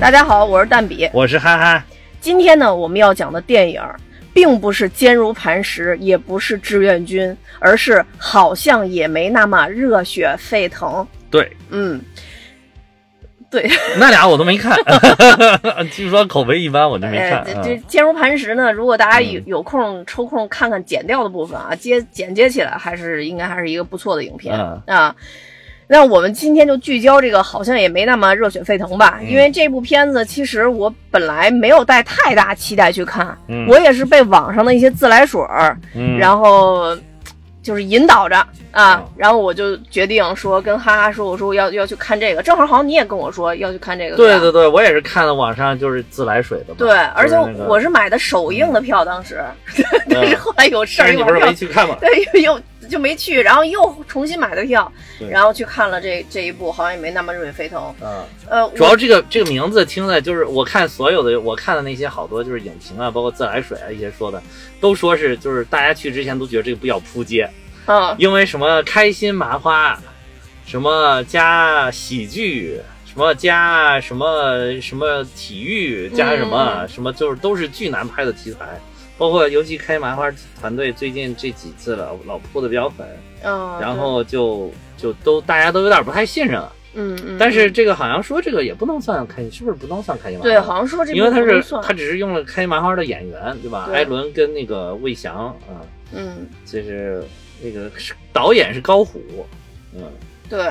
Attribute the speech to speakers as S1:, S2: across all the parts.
S1: 大家好，我是蛋比。
S2: 我是憨憨，
S1: 今天呢，我们要讲的电影儿并不是坚如磐石，也不是志愿军，而是好像也没那么热血沸腾。
S2: 对，
S1: 嗯，对，
S2: 那俩我都没看，据说口碑一般，我就没
S1: 哎
S2: 看。，
S1: 这
S2: 嗯
S1: 这坚如磐石呢，如果大家有有空抽空看看剪掉的部分啊，接剪接起来还是应该还是一个不错的影片、
S2: 嗯
S1: 啊。那我们今天就聚焦这个，好像也没那么热血沸腾吧，
S2: 嗯
S1: 因为这部片子其实我本来没有带太大期待去看，
S2: 嗯
S1: 我也是被网上的一些自来水儿，
S2: 嗯，
S1: 然后就是引导着啊
S2: 嗯，
S1: 然后我就决定说跟哈哈说，我说要要去看这个，正好好像你也跟我说要去看这个，吧
S2: 对对对，我也是看的网上就是自来水的嘛。
S1: 对，而且
S2: 就是那个
S1: 我是买的首映的票，当时， 但是后来有事
S2: 但
S1: 儿
S2: 嗯是你
S1: 又
S2: 不是
S1: 票
S2: 没，去看吗？
S1: 对，又又就没去，然后又重新买的票，
S2: 对
S1: 然后去看了这这一部，好像也没那么热血沸腾。
S2: 嗯，
S1: 呃，
S2: 主
S1: 我
S2: 要这个这个名字听的就是我看所有的我看的那些好多就是影评啊，包括自来水啊一些说的，都说是就是大家去之前都觉得这个比较扑街，
S1: 嗯，
S2: 因为什么开心麻花，什么加喜剧，什么加什么什么体育，加什么、
S1: 嗯
S2: 什么，就是都是巨难拍的题材。包括尤其开麻花团队最近这几次了，老扑的比较狠，
S1: 嗯，
S2: 然后就就都大家都有点不太信任了。
S1: 对嗯嗯，
S2: 但是这个好像说这个也不能算开，是不是不能算开心麻花？
S1: 对，好像说这
S2: 因为
S1: 部
S2: 他
S1: 不能
S2: 是
S1: 算
S2: 他只是用了开心麻花的演员，对吧？
S1: 对
S2: 艾伦跟那个魏翔啊。嗯
S1: 嗯
S2: 就是那个是导演是高虎，嗯，
S1: 对，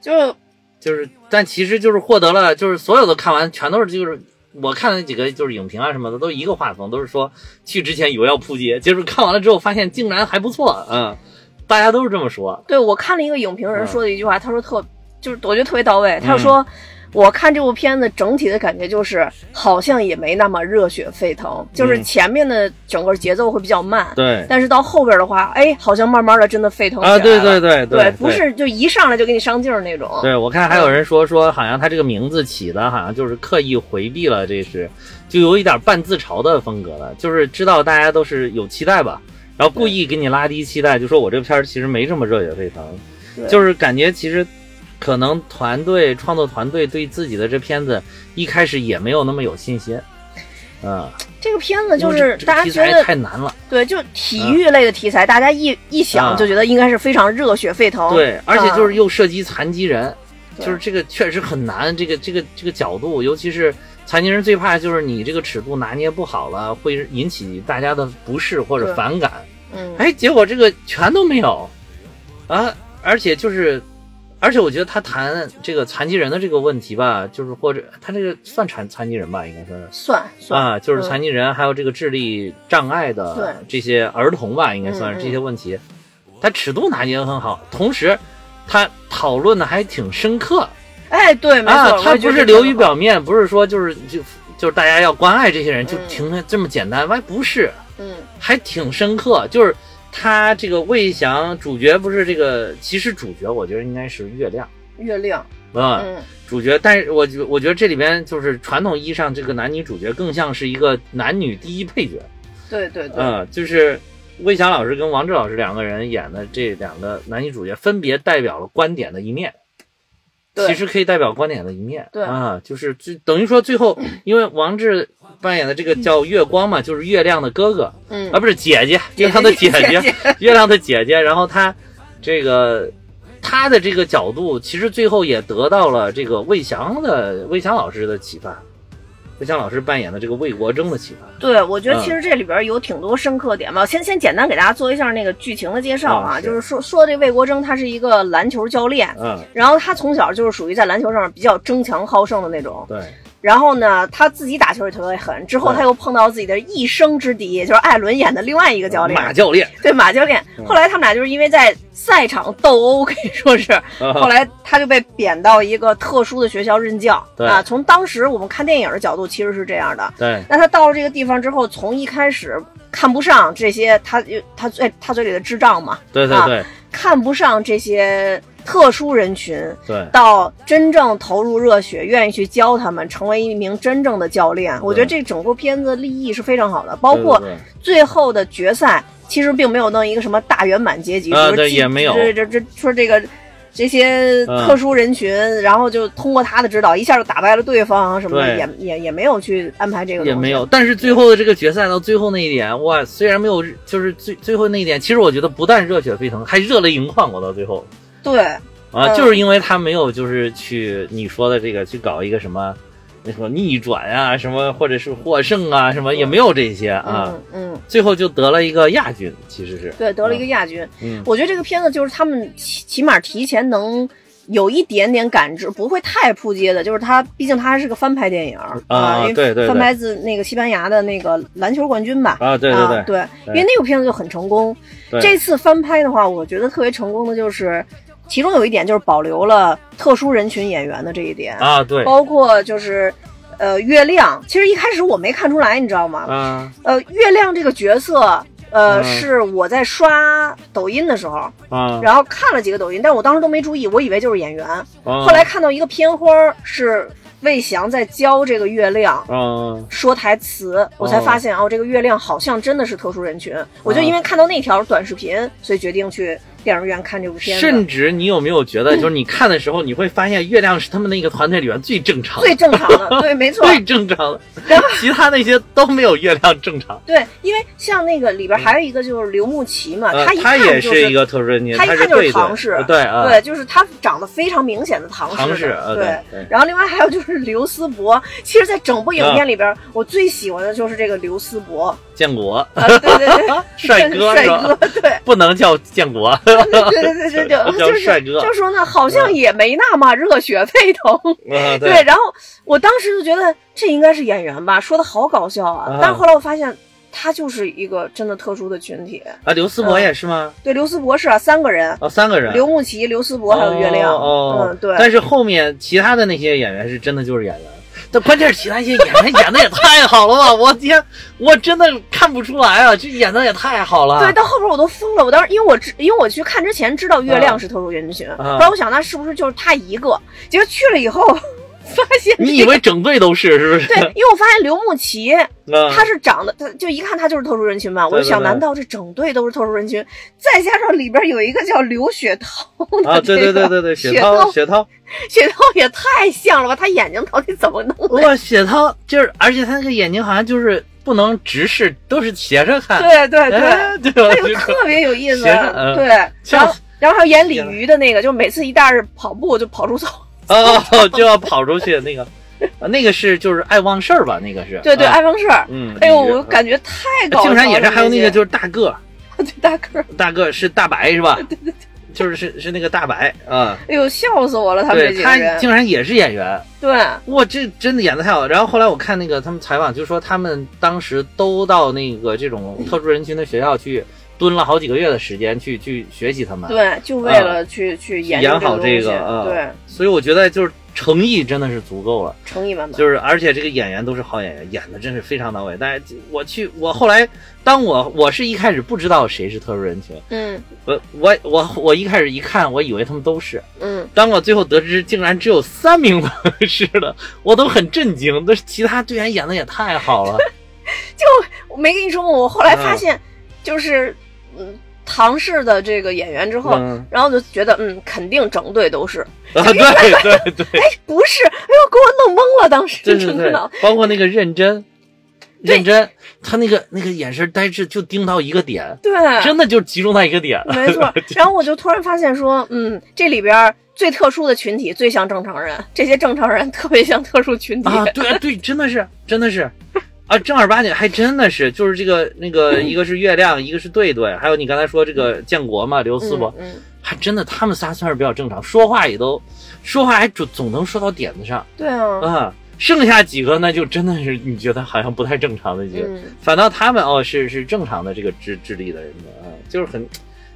S1: 就
S2: 就是但其实就是获得了，就是所有的看完全都是就是我看的那几个就是影评啊什么的都一个画风，都是说去之前以为要扑街，结果看完了之后发现竟然还不错，嗯，大家都是这么说，
S1: 对我看了一个影评人
S2: 嗯
S1: 说的一句话，他说特就是我觉得特别到位，他说。我看这部片子整体的感觉就是，好像也没那么热血沸腾，就是
S2: 嗯
S1: 前面的整个节奏会比较慢，
S2: 对
S1: 但是到后边的话，哎，好像慢慢的真的沸腾起来
S2: 啊，
S1: 了。
S2: 对对对
S1: 对不。是就一上来就给你上劲儿那种。
S2: 对，我看还有人说说，好像他这个名字起的，好像就是刻意回避了，这是就有一点半自嘲的风格了，就是知道大家都是有期待吧，然后故意给你拉低期待，就说我这片儿其实没这么热血沸
S1: 对
S2: 腾，就是感觉其实可能团队创作团队对自己的这片子一开始也没有那么有信心。嗯，
S1: 这个片子就
S2: 因
S1: 是
S2: 为这这
S1: 大家
S2: 题
S1: 觉
S2: 材
S1: 得
S2: 太嗯难了，
S1: 对，就体育类的题材，大家一一想
S2: 啊
S1: 就觉得应该是非常热血沸腾。
S2: 对，而且就
S1: 啊
S2: 是又涉及残疾人，
S1: 对
S2: 就是这个确实很难，这个这个这个角度，尤其是残疾人最怕就是你这个尺度拿捏不好了，会引起大家的不适或
S1: 对
S2: 者反感。
S1: 嗯，
S2: 哎，结果这个全都没有啊！而且就是，而且我觉得他谈这个残疾人的这个问题吧，就是或者他这个算残残疾人吧，应该算是。
S1: 算算，
S2: 啊，就是
S1: 嗯
S2: 残疾人，还有这个智力障碍
S1: 对
S2: 的这些儿童吧，应该
S1: 嗯
S2: 算
S1: 嗯
S2: 是这些问题，他尺度拿捏得很好，同时他讨论的还挺深刻
S1: 哎，对，没
S2: 啊
S1: 错，，我
S2: 他
S1: 也觉
S2: 不
S1: 得这
S2: 是流
S1: 个
S2: 于表面，不是说就是就就是大家要关爱这些人就
S1: 嗯
S2: 停了这么简单，哎，不是，
S1: 嗯，
S2: 还挺深刻，就是他这个魏翔主角不是这个，其实主角我觉得应该是月亮。
S1: 月亮，
S2: 啊、
S1: 嗯，
S2: 主角，但是我觉我觉得这里边就是传统意义上这个男女主角更像是一个男女第一配角，
S1: 对对对，
S2: 嗯，就是魏翔老师跟王志老师两个人演的这两个男女主角，分别代表了观点的一面。
S1: 对
S2: 其实可以代表观点的一面。
S1: 对
S2: 啊，就是就等于说最后，因为王志扮演的这个叫月光嘛，就是月亮的哥哥
S1: 嗯
S2: 啊，，不是 姐姐，
S1: 姐
S2: 月亮的姐
S1: 姐
S2: 姐，月亮的姐姐。然后他这个他的这个角度，其实最后也得到了这个魏翔的魏翔老师的启发。魏翔老师扮演的这个魏国忠的启发。
S1: 对，我觉得其
S2: 嗯
S1: 实这里边有挺多深刻点吧。先先简单给大家做一下那个剧情的介绍啊，
S2: 嗯是
S1: 就是说说这魏国争他是一个篮球教练，
S2: 嗯，
S1: 然后他从小就是属于在篮球上比较争强好胜的那种。
S2: 对。
S1: 然后呢，他自己打球也特别狠，之后
S2: 嗯
S1: 他又碰到自己的一生之敌，也就是艾伦演的另外一个教
S2: 马
S1: 练，
S2: 教练。
S1: 对马教练。
S2: 嗯
S1: 后来他们俩就是因为在赛场斗殴，可以说是后
S2: 后
S1: 来他就被贬到一个特殊的学校任教
S2: 对
S1: 啊。从当时我们看电影的角度，其实是这样的，
S2: 对，
S1: 那他到了这个地方之后，从一开始看不上这些他他嘴他嘴里的智障嘛，
S2: 对对
S1: 啊
S2: 对
S1: 看不上这些特殊人群，
S2: 对
S1: 到真正投入热血，愿意去教他们，成为一名真正的教练。我觉得这整部片子立意是非常好的，包括
S2: 对
S1: 最后的决赛，其实并没有弄一个什么大圆满结局，
S2: 啊
S1: 就是
S2: 对
S1: 记
S2: 也没有
S1: 这这这说这个。这些特殊人群，然后就通过他的指导，一下就打败了对方啊什么的，
S2: 对
S1: 也也也没有去安排这个，
S2: 也没有，，但是最后的这个决赛到最后那一点，哇，虽然没有，就是最最后那一点，其实我觉得不但热血沸腾，还热泪盈眶。我到最后
S1: 对，
S2: 啊，
S1: 嗯
S2: 就是因为他没有就是去你说的这个去搞一个什么那什么逆转啊，什么或者是获胜啊，什么也没有这些啊，
S1: 嗯嗯，
S2: 最后就得了一个亚军，其实是
S1: 对，得了一个亚军。
S2: 嗯
S1: 我觉得这个片子就是他们起起码提前能有一点点感知，不会太扑街的。就是它，毕竟它还是个翻拍电影儿
S2: 啊
S1: 因为
S2: 对对对
S1: 翻拍自那个西班牙的那个篮球冠军吧。
S2: 啊，对对
S1: 啊，
S2: 对，
S1: 因为那个片子就很成功。
S2: 对
S1: 这次翻拍的话，我觉得特别成功的就是，其中有一点就是保留了特殊人群演员的这一点，
S2: 啊对
S1: 包括就是，呃，月亮。其实一开始我没看出来，你知道吗？
S2: 啊
S1: 呃，月亮这个角色，呃，
S2: 嗯
S1: 是我在刷抖音的时候，
S2: 啊，
S1: 然后看了几个抖音，但我当时都没注意，我以为就是演员。
S2: 后
S1: 后来看到一个片花儿是魏翔在教这个月亮。
S2: 嗯
S1: 说台词，我才发现哦，这个月亮好像真的是特殊人群。我就
S2: 嗯
S1: 因为看到那条短视频，所以决定去电影院看这部片
S2: 甚
S1: 子，
S2: 至你有没有觉得，就是你看的时候，你会发现月亮是他们那个团队里边最正常的
S1: 最正常 的，对，没错，
S2: 最正常的，其他那些都没有月亮正常。
S1: 对，因为像那个里边还有一个就是刘牧奇嘛，
S2: 呃
S1: 一，
S2: 他
S1: 看
S2: 也
S1: 就是
S2: 一个特殊人群，
S1: 他一
S2: 他
S1: 看
S2: 是
S1: 就是
S2: 对
S1: 唐氏
S2: 的，对啊，
S1: 对，就是他长得非常明显的唐氏的，
S2: 唐氏，呃
S1: 对。
S2: 对，
S1: 然后另外还有就是刘思博，其实，在整部影片里边，我最喜欢的就是这个刘思博，
S2: 建国
S1: 啊，对对对，
S2: 帅 哥
S1: 帅
S2: 是吧
S1: 哥，对。
S2: 不能叫建国，
S1: 对对对对对，
S2: 叫
S1: 就是
S2: 帅哥
S1: 就说呢，好像也没那么热血沸腾。
S2: 呃
S1: 对，，然后我当时就觉得这应该是演员吧，说的好搞笑啊
S2: 啊。
S1: 但是后来我发现，他就是一个真的特殊的群体。
S2: 啊，刘思博
S1: 嗯
S2: 也是吗？
S1: 对，刘思博是啊，三个人，
S2: 啊，三个人，
S1: 刘牧奇、刘思博还有月亮。
S2: 哦，哦
S1: 嗯，对。
S2: 但是后面其他的那些演员是真的就是演员，但关键是其他一些演员演的也太好了吧！ 我天，我真的看不出来啊，这演的也太好了。
S1: 对，到后边我都疯了。我当时因为我知，因为我去看之前知道月亮是特殊人群，
S2: 啊
S1: 后来我想那是不是就是他一个？结果去了以后， 发现
S2: 你以为啊整队都是是不
S1: 对，
S2: 是？啊
S1: 因为我发现刘牧奇
S2: 对
S1: 他是长得，他就一看他就是特殊人群嘛，我
S2: 对
S1: 就想，
S2: 对对
S1: 难道这整队都是特殊人群？再加上里边有一个叫刘雪涛的、
S2: 啊，对对对对对，
S1: 雪
S2: 雪
S1: 涛
S2: 涛，雪涛，
S1: 雪涛也太像了吧？他眼睛到底怎么弄的？
S2: 哇，雪涛就是，而且他那个眼睛好像就是不能直视，都是斜着看，
S1: 对对对，
S2: 哎 对
S1: 哎
S2: 吧？
S1: 呦，
S2: 就是
S1: 特别有意 思。
S2: 斜着嗯
S1: 对，
S2: 像
S1: 然后然后还有演鲤鱼的那个，就每次一带着跑步就跑出操。
S2: 哦，就要跑出去那个，啊那个是就是爱忘事儿吧？那个是，
S1: 对对，
S2: 啊
S1: 爱忘事儿。
S2: 嗯，
S1: 哎呦，
S2: 那个
S1: 我感觉太 搞笑
S2: 竟
S1: 了。
S2: 然也是，还有那
S1: 这些
S2: 个就是大个儿，
S1: 对大个儿，
S2: 大个儿是大白是 吧？就是是是那个大白啊，
S1: 哎呦，笑死我了！他们这
S2: 对
S1: 几个
S2: 他
S1: 人，
S2: 竟然也是演员，
S1: 对，
S2: 哇，这真的演的太好了。然后后来我看那个他们采访，就说他们当时都到那个这种特殊人群的学校去蹲了好几个月的时间去去学习他们，，
S1: 对，就为了去去研究
S2: 嗯演好
S1: 这
S2: 这
S1: 个
S2: 个
S1: 东
S2: 啊，
S1: 西，对，，
S2: 所以我觉得就是诚意真的是足够了。
S1: 诚意满满。
S2: 就是而且这个演员都是好演员，演的真是非常到位。但是我去，我后来当我我是一开始不知道谁是特殊人群，
S1: 嗯
S2: 我我我我一开始一看，我以为他们都是。
S1: 嗯，
S2: 当我最后得知竟然只有三名是的，我都很震惊。但是其他队员演的也太好 了，
S1: 我没跟你说吗？我后来
S2: 嗯
S1: 发现，就是嗯，唐氏的这个演员之后，
S2: 嗯，
S1: 然后就觉得嗯，肯定整队都是，
S2: 啊，对对对，
S1: 不是？哎呦，给我弄懵了，当时
S2: 对
S1: 哎真
S2: 对
S1: 的
S2: 对，包括那个认真，认真，他那个那个眼神呆滞，就盯到一个点，
S1: 对，
S2: 真的就集中在一个点。
S1: 啊 没 错。然后我就突然发现说，嗯，这里边儿最特殊的群体最像正常人，这些正常人特别像特殊群体。
S2: 啊，对啊对，真的是，真的是，啊，正儿八经还真的是，就是这个那个，一个是月亮，一个是队队，还有你刚才说这个建国嘛，刘思博，
S1: 嗯，嗯，
S2: 还真的他们仨算是比较正常，说话也都，说话还总总能说到点子上
S1: 对啊，
S2: 啊。剩下几个那就真的是你觉得好像不太正常的一些，
S1: 嗯，
S2: 反倒他们哦是是正常的这个智智力的人们啊，就是很。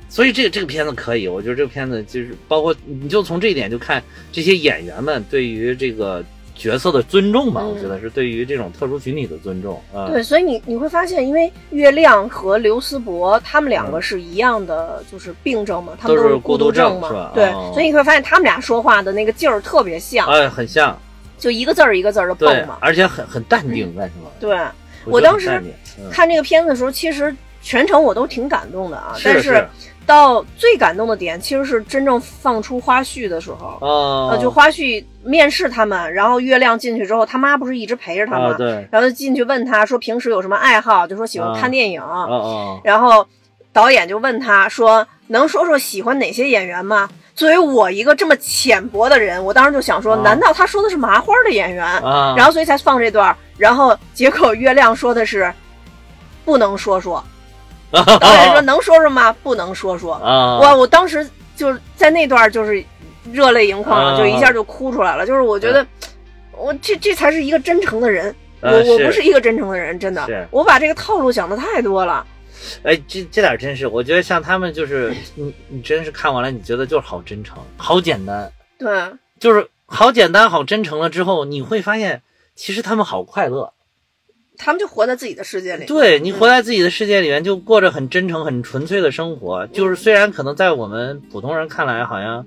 S2: 所以这个这个片子可以，我觉得这个片子就是包括你就从这一点就看这些演员们对于这个角色的尊重吧，
S1: 嗯
S2: 我觉得是对于这种特殊群体的尊重啊。
S1: 对，所以你你会发现，因为月亮和刘思博他们两个是一样的，就是病症嘛，他们
S2: 都
S1: 都
S2: 是
S1: 孤
S2: 孤
S1: 独
S2: 独症
S1: 嘛，
S2: 是吧
S1: 对，
S2: 哦
S1: 所以你会发现他们俩说话的那个劲儿特别像，
S2: 哎，很像，
S1: 就一个字儿一个字儿的
S2: 对
S1: 蹦嘛，。
S2: 而且很很淡定，干什么？
S1: 嗯对，
S2: 觉
S1: 我
S2: 得
S1: 当
S2: 很
S1: 时
S2: 淡定嗯
S1: 看这个片子的时候，其实全程我都挺感动的啊，
S2: 是
S1: 但
S2: 是
S1: 到最感动的点其实是真正放出花絮的时候，
S2: 啊
S1: 呃，就花絮面试他们，然后月亮进去之后，他妈不是一直陪着他吗？
S2: 啊，对，
S1: 然后就进去问他说平时有什么爱好，就说喜欢看电影。
S2: 啊啊，
S1: 然后导演就问他说：“能说说喜欢哪些演员吗？”作为我一个这么浅薄的人，我当时就想说，
S2: 啊
S1: 难道他说的是麻花的演员？
S2: 啊，
S1: 然后所以才放这段儿。然后结果月亮说的是不能说说，
S2: 后
S1: 导演说能说说吗？不能说说。
S2: 哦啊，
S1: 哇，我当时就是在那段儿就是热泪盈眶了，
S2: 啊嗯
S1: 就一下就哭出来了。就是我觉得我这这才是一个真诚的人。我
S2: 呃
S1: 我
S2: 是
S1: 不是一个真诚的人，真
S2: 是
S1: 的，我把这个套路想的太多了。
S2: 哎，这这点儿真是，我觉得像他们就是你你真是看完了，你觉得就是好真诚，好简单，
S1: 对，
S2: 就是好简单好真诚了之后，你会发现其实他们好快乐。
S1: 他们就活在自己的世界里。
S2: 对你活在自己的世界里面，就过着很真诚、很纯粹的生活。就是虽然可能在我们普通人看来，好像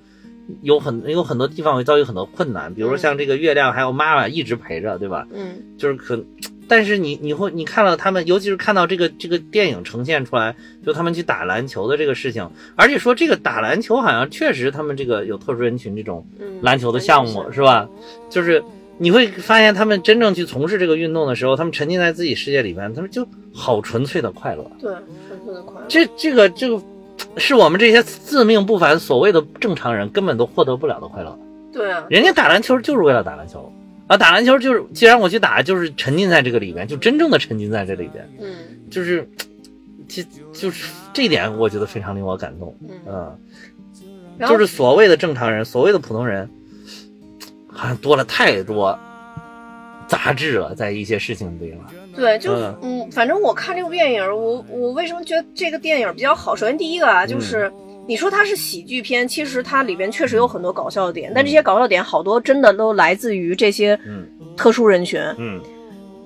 S2: 有很有很多地方会遭遇很多困难，比如说像这个月亮还有妈妈一直陪着，对吧？
S1: 嗯，
S2: 就是可，但是你你会你看到他们，尤其是看到这个这个电影呈现出来，就他们去打篮球的这个事情，而且说这个打篮球好像确实他们这个有特殊人群这种，
S1: 嗯
S2: 篮球的项目是吧？就是你会发现他们真正去从事这个运动的时候，他们沉浸在自己世界里面，他们就好纯粹的快乐。
S1: 对，纯粹的快乐。
S2: 这这个这个是我们这些自命不凡所谓的正常人根本都获得不了的快乐。
S1: 对啊，
S2: 人家打篮球就是为了打篮球啊，打篮球就是，既然我去打，就是沉浸在这个里边，就真正的沉浸在这里边，
S1: 嗯
S2: 就是，这就是这一点，我觉得非常令我感动，
S1: 嗯，
S2: 嗯，
S1: 然后
S2: 就是所谓的正常人，所谓的普通人，好像多了太多杂质了，在一些事情里了，
S1: 对，就
S2: 嗯
S1: 嗯，反正我看这部电影，我我为什么觉得这个电影比较好？首先第一个啊，
S2: 嗯
S1: 就是。你说它是喜剧片，其实它里边确实有很多搞笑的点，但这些搞笑点好多真的都来自于这些
S2: 嗯
S1: 特殊人群。
S2: 嗯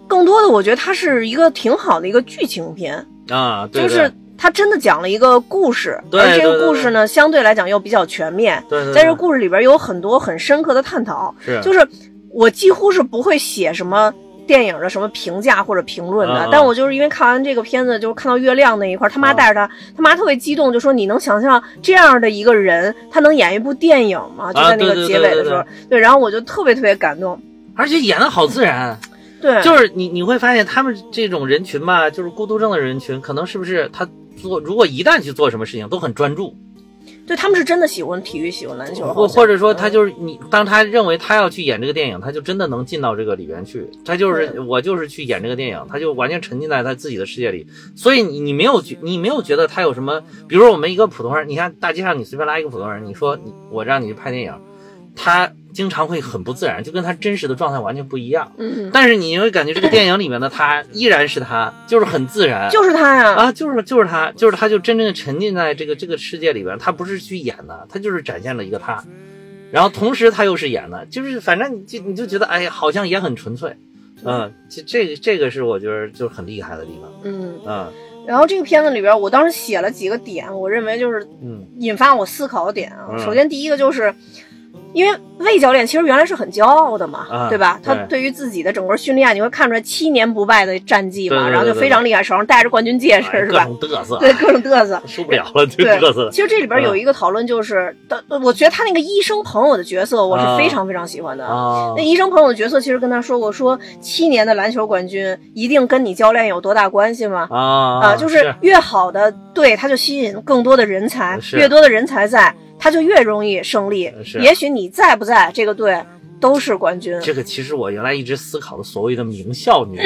S1: 更多的，我觉得它是一个挺好的一个剧情片，
S2: 啊，对
S1: 就是它真的讲了一个故事，
S2: 对
S1: 而这
S2: 对
S1: 个
S2: 对嗯
S1: 故事呢，相对来讲又比较全面。
S2: 对对，
S1: 在这故事里边有很多很深刻的探讨，
S2: 是
S1: 就是我几乎是不会写什么电影的什么评价或者评论的，
S2: 嗯嗯
S1: 但我就是因为看完这个片子，就是看到月亮那一块，他妈
S2: 嗯
S1: 带着他，他妈特别激动，就说你能想象这样的一个人，他能演一部电影吗？就在那
S2: 对
S1: 个
S2: 啊对
S1: 结尾的时候，
S2: 对
S1: 对，然后我就特别特别感动，
S2: 而且演的好自然，
S1: 对，
S2: 就是你你会发现他们这种人群吧，就是孤独症的人群，可能是不是他做如果一旦去做什么事情都很专注，
S1: 对他们是真的喜欢体育，喜欢篮球，
S2: 或
S1: 好像
S2: 或者说他就是你，当他认为他要去演这个电影，他就真的能进到这个里边去，他就是
S1: 对
S2: 我就是去演这个电影，他就完全沉浸在他自己的世界里，所以你你没有觉你没有觉得他有什么，比如说我们一个普通人，你看大街上你随便拉一个普通人，你说你我让你去拍电影，他经常会很不自然，就跟他真实的状态完全不一样。
S1: 嗯，
S2: 但是你会感觉这个电影里面的他依然是他，就是很自然，
S1: 就是他呀，
S2: 啊，就是就是他，就是他就真正沉浸在这个这个世界里边，他不是去演的，他就是展现了一个他，然后同时他又是演的，就是反正你就你就觉得哎，好像也很纯粹，嗯，这这个这个是我觉得就是很厉害的地方，
S1: 嗯，
S2: 嗯
S1: 然后这个片子里边，我当时写了几个点，我认为就是
S2: 嗯
S1: 引发我思考的点啊。
S2: 嗯
S1: 首先，第一个就是，因为魏教练其实原来是很骄傲的嘛，
S2: 啊
S1: 对吧？
S2: 对
S1: 他对于自己的整个训练，你会看出来七年不败的战绩嘛，
S2: 对对对
S1: 然后就非常厉害，手上戴着冠军戒指、
S2: 哎
S1: 是
S2: 各
S1: 吧？
S2: 种嘚瑟，
S1: 对，各种嘚瑟。
S2: 受不了了就
S1: 对
S2: 嘚瑟，
S1: 其实这里边
S2: 嗯
S1: 有一个讨论，就是，但我觉得他那个医生朋友的角色，我是
S2: 啊
S1: 非常非常喜欢的。
S2: 啊
S1: 那，医生朋友的角色其实跟他说过，说七年的篮球冠军一定跟你教练有多大关系吗？
S2: 啊
S1: 啊，就是越好的队，他就吸引更多的人才，
S2: 呃是呃
S1: 越多的人才在，他就越容易胜利。
S2: 是
S1: 也许你在不在这个队都是冠军。
S2: 这个，其实我原来一直思考的所谓的名校女。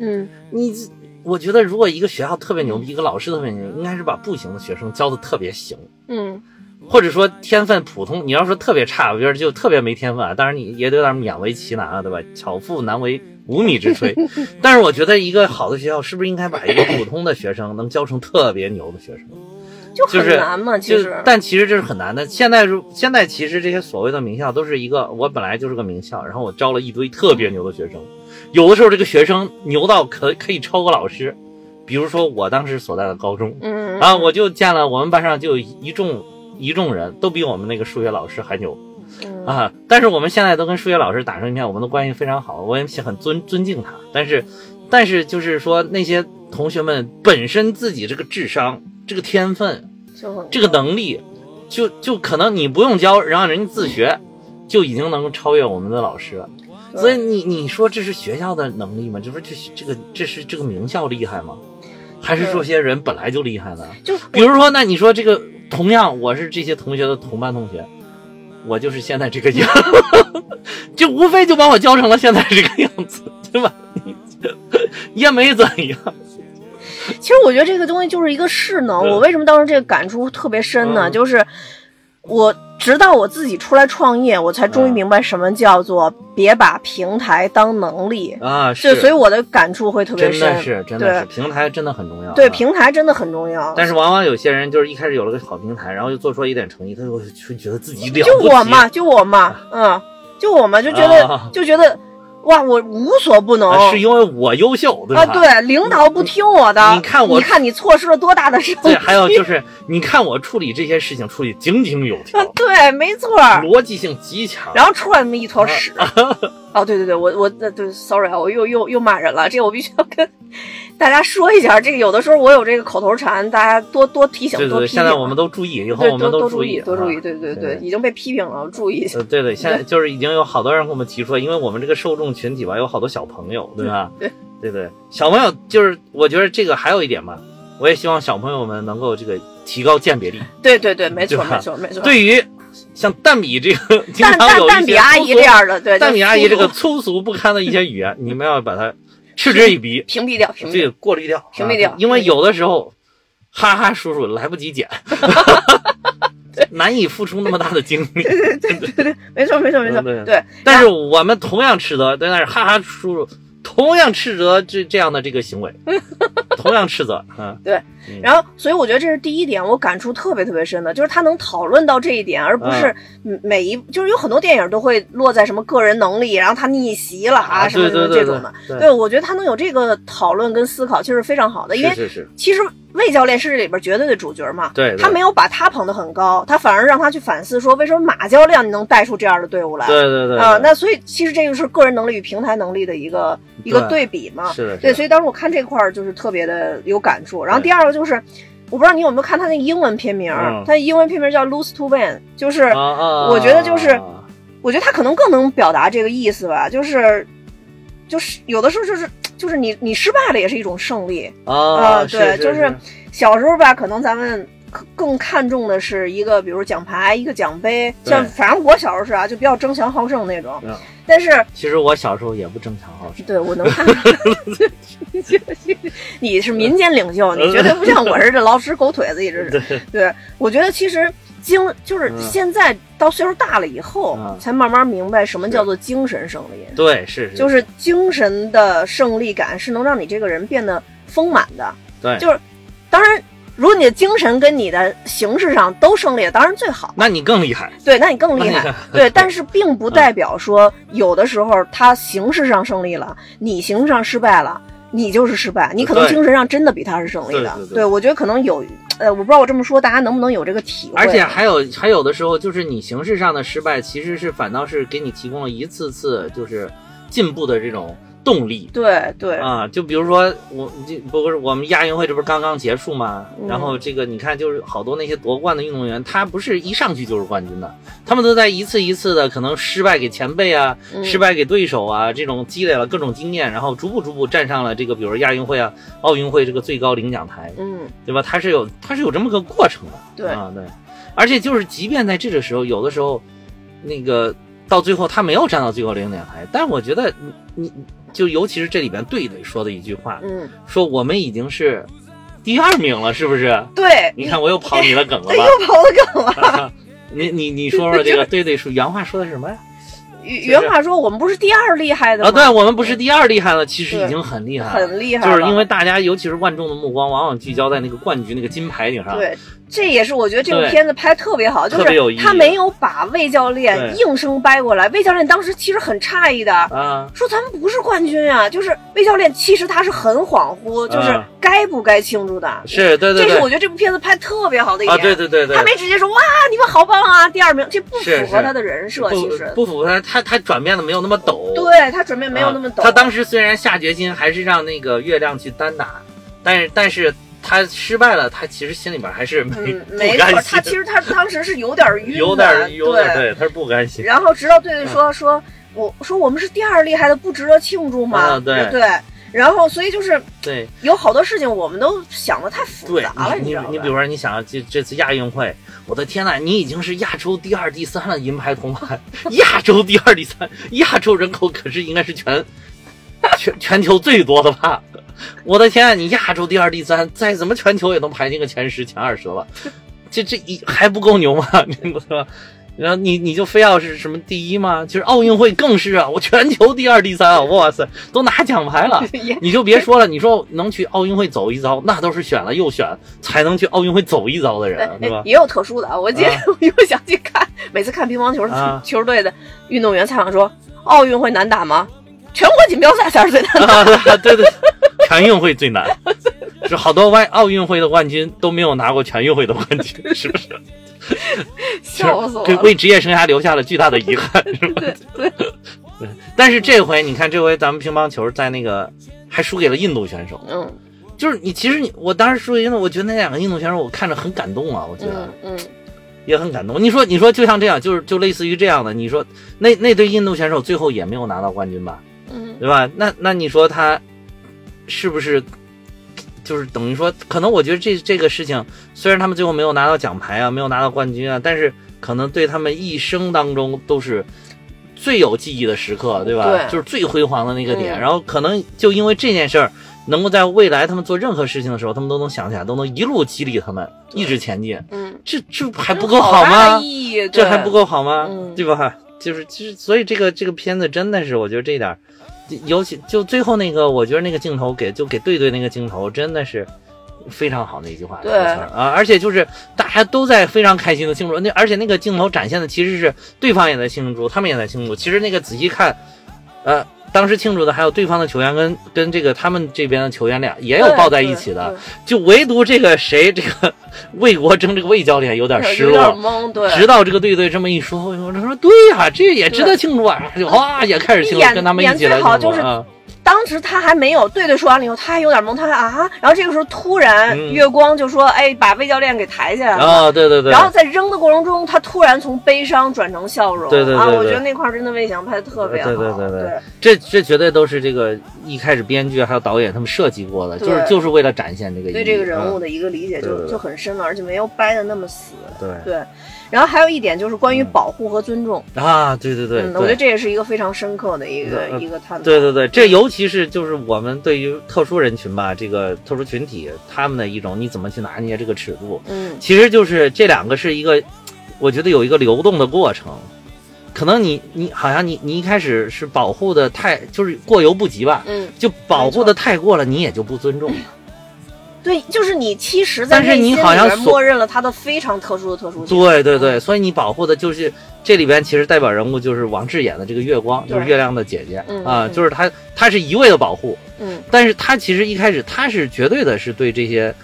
S1: 嗯，
S2: 你这，我觉得如果一个学校特别牛逼，一个老师特别牛，应该是把不行的学生教的特别行，
S1: 嗯，
S2: 或者说天分普通。你要说特别差，我觉得就特别没天分啊。当然你也得有点勉为其难啊，对吧？巧妇难为无米之炊。但是我觉得一个好的学校是不是应该把一个普通的学生能教成特别牛的学生？
S1: 就
S2: 就
S1: 很
S2: 是
S1: 难嘛，
S2: 就
S1: 其实。
S2: 但其实这是很难的。现在如现在其实这些所谓的名校都是一个，我本来就是个名校，然后我招了一堆特别牛的学生，有的时候这个学生牛到可可以超过老师，比如说我当时所在的高中
S1: 嗯
S2: 啊，我就见了我们班上就有一众一众人都比我们那个数学老师还牛
S1: 嗯
S2: 啊，但是我们现在都跟数学老师打成一片，我们的关系非常好，我也很尊尊敬他，但是但是就是说那些同学们本身自己这个智商这个天分。
S1: 就很
S2: 这个能力，就就可能你不用教，然后人家自学，就已经能够超越我们的老师了。
S1: 对
S2: 所以你你说这是学校的能力吗？这不是这是这个这是这个名校厉害吗？还是说
S1: 对
S2: 些人本来就厉害呢？
S1: 就
S2: 比如说，那你说这个同样我是这些同学的同班同学，我就是现在这个样， 就无非就把我教成了现在这个样子，对吧？ 你也没怎样，
S1: 其实我觉得这个东西就是一个势能。
S2: 嗯
S1: 我为什么当时这个感触特别深呢？
S2: 嗯
S1: 就是我直到我自己出来创业，我才终于
S2: 嗯
S1: 明白什么叫做别把平台当能力。
S2: 啊，
S1: 这
S2: 是，
S1: 所以我的感触会特别
S2: 真
S1: 深。
S2: 的是，真的是，
S1: 对
S2: 平台真的很重要。
S1: 对，
S2: 啊。
S1: 平台真的很重要。
S2: 但是往往有些人就是一开始有了个好平台，然后就做出了一点成绩，他就会就觉得自己了不起。
S1: 就我嘛，就我嘛，嗯，就我嘛，就觉得、
S2: 啊
S1: 就觉得哇，我无所不能。
S2: 啊，是因为我优秀，对吧？
S1: 哦啊，对，领导不听我的，
S2: 你看我
S1: 你看你错失了多大的胜
S2: 对
S1: 利
S2: 还有就是，你看我处理这些事情处理井井有条
S1: 啊，， 对，没错儿。
S2: 逻辑性极强。
S1: 然后出来那么一
S2: 啊
S1: 坨屎。哦，对对对，我我呃对，sorry 啊，我又又又骂人了，这个我必须要跟大家说一下，这个有的时候我有这个口头禅，大家多多提醒，
S2: 对对
S1: 多
S2: 对，
S1: 批评啊
S2: 现在我们都注意，以后
S1: 对
S2: 我
S1: 多
S2: 们
S1: 多
S2: 注
S1: 意，多
S2: 啊
S1: 注意，。对对
S2: 对
S1: 对，已经被批评了，注意一下。
S2: 呃，对对，现在就是已经有好多人给我们提出了，因为我们这个受众群体吧，有好多小朋友，对吧？
S1: 嗯对
S2: 对对，小朋友就是，我觉得这个还有一点吧，我也希望小朋友们能够这个提高鉴别力。
S1: 对对对，没错
S2: 对吧
S1: 没错没错。
S2: 对于像蛋比这个，经
S1: 蛋
S2: 常
S1: 蛋
S2: 有一些
S1: 蛋比阿
S2: 粗
S1: 姨
S2: 俗
S1: 这样的，对
S2: 蛋比阿姨这个
S1: 粗俗
S2: 粗俗不堪的一些 语言，你们要把它嗤之以鼻，
S1: 屏蔽掉，屏蔽
S2: 这
S1: 掉
S2: 个过滤掉，
S1: 屏蔽掉
S2: 啊因为有的时候，哈哈叔叔来不及 剪，难以付出那么大的精 力。
S1: 没错没错没错，
S2: 嗯对
S1: 对。
S2: 但是我们同样斥责，但是哈哈叔叔同样斥责这这样的这个行 为，同样斥责，嗯，
S1: 然后，所以我觉得这是第一点，我感触特别特别深的，就是他能讨论到这一点，而不是
S2: 嗯
S1: 嗯每一，就是有很多电影都会落在什么个人能力，然后他逆袭了啊什么
S2: 对
S1: 什么
S2: 对
S1: 这
S2: 对
S1: 种的。
S2: 对
S1: 对，我觉得他能有这个讨论跟思考，其实非常好的，因为
S2: 是是是，
S1: 其实魏教练是这里边绝对的主角嘛。
S2: 对，对
S1: 他没有把他捧得很高，他反而让他去反思说，为什么马教练能带出这样的队伍来？
S2: 对对对
S1: 啊、
S2: 对
S1: 那所以其实这个是个人能力与平台能力的一个一个对比嘛。
S2: 是的，
S1: 对，
S2: 是的
S1: 所以当时我看这块儿就是特别的有感触。然后
S2: 对
S1: 第二个就是，我不知道你有没有看他那英文片名儿
S2: 嗯，
S1: 他英文片名叫《Lose to Win》，就是
S2: 啊啊，
S1: 我觉得就是
S2: 啊
S1: 我觉得他可能更能表达这个意思吧，就是就是有的时候就是就是你你失败了也是一种胜利。
S2: 啊，
S1: 啊对就是
S2: 是
S1: 小时候吧，可能咱们可更看重的是一个比如奖牌、一个奖杯，
S2: 对
S1: 像反正我小时候是啊，就比较争强好胜那种
S2: 嗯。
S1: 但是
S2: 其实我小时候也不争强好胜，
S1: 对我能看， 你是民间领袖，你绝对不像我是这老使狗腿子，一直是。
S2: 对
S1: 对，我觉得其实精就是
S2: 嗯
S1: 现在到岁数大了以后，
S2: 嗯
S1: 才慢慢明白什么叫做精神胜利，
S2: 对是是，
S1: 就是是精神的胜利感是能让你这个人变得丰满的。
S2: 对，
S1: 就是当然，如果你的精神跟你的形式上都胜利了，当然最好。
S2: 那你更厉害，
S1: 对，那你更厉
S2: 那你
S1: 害。对，但是并不
S2: 嗯
S1: 代表说有的时候他形式上胜利了，你形式上失败了，你就是失败。你可能
S2: 对
S1: 精神上真的比他是胜利的。
S2: 对对对
S1: 我觉得可能有，呃，我不知道我这么说大家能不能有这个体会。啊
S2: 而且还有还有的时候，就是你形式上的失败，其实是反倒是给你提供了一次次就是进步的这种动力
S1: 对对，
S2: 啊。就比如说我这不是我们亚运会这不是刚刚结束吗？
S1: 嗯
S2: 然后这个你看，就是好多那些夺冠的运动员，他不是一上去就是冠军的，他们都在一次一次的可能失败给前辈啊，
S1: 嗯
S2: 失败给对手啊，这种积累了各种经验，然后逐步逐步站上了这个，比如说亚运会啊、奥运会这个最高领奖台。
S1: 嗯，
S2: 对吧？它是有它是有这么个过程的，
S1: 对
S2: 啊对，而且就是即便在这个时候，有的时候那个到最后他没有站到最后领奖台，但我觉得你你就尤其是这里边队队说的一句话，
S1: 嗯，
S2: 说我们已经是第二名了，是 不是？
S1: 对，
S2: 你看我又跑你的梗了啊
S1: 对，又跑得更了。
S2: 吧？你你你说说这个队队说原话说的是什么呀？
S1: 原话说我们不是第二厉害的吗？
S2: 啊，对，我们不是第二厉害了，其实
S1: 对
S2: 已经很厉害了，
S1: 很厉害
S2: 就是
S1: 了
S2: 因为大家尤其是万众的目光往往聚焦在那个冠军那个金牌顶上，
S1: 对，这也是我觉得这部
S2: 啊对
S1: 片子拍得特别好，就
S2: 特别有
S1: 是
S2: 意义
S1: 他没有把魏教练
S2: 对
S1: 硬生掰过来。魏教练当时其实很诧异的，
S2: 啊，
S1: 说咱们不是冠军啊，就是魏教练其实他是很恍惚，就是
S2: 嗯
S1: 该不该庆祝的。
S2: 是对对对，
S1: 这是我觉得这部片子拍得特别好的一点。
S2: 啊，对对对对，
S1: 他没直接说哇你们好棒啊，第二名，这不
S2: 是
S1: 符合
S2: 是
S1: 他的人设，其实
S2: 不不符合他，他他转变的没有那么陡，
S1: 对他准备
S2: 啊，
S1: 没有那么陡。
S2: 他当时虽然下决心还是让那个月亮去单打，但是但是他失败了，他其实心里边还是没、
S1: 嗯，
S2: 不
S1: 没错
S2: 甘，
S1: 他
S2: 心，
S1: 其实他当时是有点晕的，
S2: 有点儿有点儿
S1: 对。
S2: 对，他是不甘心。
S1: 然后直到队队说说，我说我们是第二厉害的，不值得庆祝吗？
S2: 嗯啊对
S1: 然后所以就是
S2: 对
S1: 有好多事情我们都想的太复
S2: 对
S1: 杂了，，
S2: 你
S1: 知道
S2: 你
S1: 吧？
S2: 你 比如说，你想这这次亚运会，我的天呐，你已经是亚洲第二、第三了，银牌铜牌，亚洲第二、第三，亚洲人口可是应该是全全全球最多的吧？我的天啊，你亚洲第二、第三，再怎么全球也能排进个前十、前二十了，这这一还不够牛吗？ 你不说。然后你你就非要是什么第一吗？其实奥运会更是啊，我全球第二、第三啊，哇塞，都拿奖牌了。
S1: 也
S2: 你就别说了，你说能去奥运会走一遭，那都是选了又选才能去奥运会走一遭的人，对吧？
S1: 也有特殊的啊！我今天
S2: 啊
S1: 我又想去看，每次看乒乓球
S2: 啊
S1: 球队的运动员采访说，奥运会难打吗？全国锦标赛才是最难 打的。
S2: 啊， 对对，全运会最难，是好多外奥运会的冠军都没有拿过全运会的冠军，是 不是？
S1: 笑死我
S2: 给
S1: 了！
S2: 为职业生涯留下了巨大的遗憾，是吧？对 对。但是这回你看，这回咱们乒乓球在那个还输给了印度选手，
S1: 嗯
S2: 就是你其实你我当时输给印度，我觉得那两个印度选手我看着很感动啊，我觉得。
S1: 嗯嗯，
S2: 也很感动。你说，你说，就像这样，就是就类似于这样的，你说那那对印度选手最后也没有拿到冠军吧，
S1: 嗯，
S2: 对吧？那那你说他是不是就是等于说，可能我觉得这这个事情，虽然他们最后没有拿到奖牌啊，没有拿到冠军啊，但是可能对他们一生当中都是。最有记忆的时刻，对吧？
S1: 对
S2: 就是最辉煌的那个点。
S1: 嗯
S2: 然后可能就因为这件事儿，能够在未来他们做任何事情的时候，他们都能想起来，都能一路激励他们，一直前进。
S1: 嗯，
S2: 这这还不够好
S1: 好大
S2: 吗？
S1: 意义
S2: 这还不，够好吗？
S1: 嗯
S2: 对吧？就是就是，所以这个这个片子真的是，我觉得这一点儿，尤其就最后那个，我觉得那个镜头给就给队队那个镜头真的是非常好的一句话，
S1: 对
S2: 这个词儿啊，而且就是大家都在非常开心的庆祝，那而且那个镜头展现的其实是对方也在庆祝，他们也在庆祝，其实那个仔细看，呃。当时庆祝的还有对方的球员跟跟这个他们这边的球员俩也
S1: 对
S2: 有抱在一起的，，就唯独这个谁，这个 魏国争这个魏教练有
S1: 对
S2: 点
S1: 对
S2: 失
S1: 有点
S2: 落。
S1: 懵，对，
S2: 直到这个队队这么一说，我说对呀、这也值得庆 祝啊！就哇，也开始庆
S1: 演
S2: 祝，跟他们一起
S1: 演
S2: 来
S1: 最好
S2: 庆祝
S1: 就是
S2: 啊！
S1: 当时他还没有对对说完了以后，他还有点懵，他还啊，然后这个时候突然
S2: 嗯
S1: 月光就说：“哎，把魏教练给抬起来了。
S2: 啊，对对对，
S1: 然后在扔的过程中，他突然从悲伤转成笑容。
S2: 对对对
S1: 啊，
S2: 对
S1: 我觉得那块儿真的魏翔拍的特别好。
S2: 对对对对
S1: 对
S2: 对这这绝对都是这个一开始编剧还有导演他们设计过的，
S1: 对
S2: 就是就是为了展现这个意义
S1: 对这个人物
S2: 嗯
S1: 的一个理解
S2: 对
S1: 就
S2: 对对
S1: 就很深了，而且没有掰的那么死。
S2: 对
S1: 对，然后还有一点就是关于
S2: 嗯
S1: 保护和尊重，
S2: 啊，对对对，
S1: 嗯，
S2: 对
S1: 我觉得这也是一个非常深刻的一个
S2: 呃
S1: 一个探讨。
S2: 对对对，这尤其是就是我们对于特殊人群吧，这个特殊群体他们的一种你怎么去拿捏这个尺度，
S1: 嗯，
S2: 其实就是这两个是一个，我觉得有一个流动的过程。可能你你好像你你一开始是保护的太就是过犹不及吧，
S1: 嗯，
S2: 就保护的太过了，你也就不尊重了。
S1: 对，就是你其实在
S2: 但是
S1: 内
S2: 你
S1: 心里
S2: 好像
S1: 边
S2: 所
S1: 默认了他的非常特殊的特殊性。
S2: 对对对，所以你保护的就是这里边其实代表人物就是王志演的这个月光，
S1: 对
S2: 就是月亮的姐姐
S1: 嗯
S2: 啊，
S1: 嗯
S2: 就是她她是一味的保护，
S1: 嗯
S2: 但是她其实一开始她是绝对的是对这些。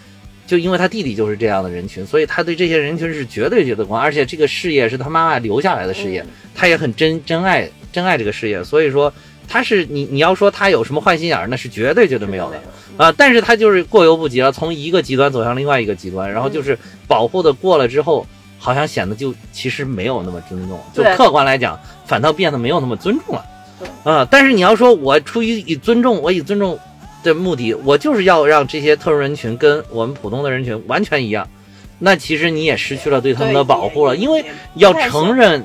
S2: 就因为她弟弟就是这样的人群，所以她对这些人群是绝对觉得光，而且这个事业是她妈妈留下来的事业，
S1: 嗯
S2: 他也很真真爱真爱这个事业，所以说他是你你要说他有什么坏心眼儿，那是绝对绝对没有的
S1: 是
S2: 啊、但是他就是过犹不及了，从一个极端走向另外一个极端，然后就是保护的过了之后，好像显得就其实没有那么尊重，就
S1: 对
S2: 客观来讲，反倒变得没有那么尊重了
S1: 对
S2: 啊、但是你要说我出于以尊重，我以尊重的目的，我就是要让这些特殊人群跟我们普通的人群完全一样。那其实你也失去了对他们的保护了，因为要承认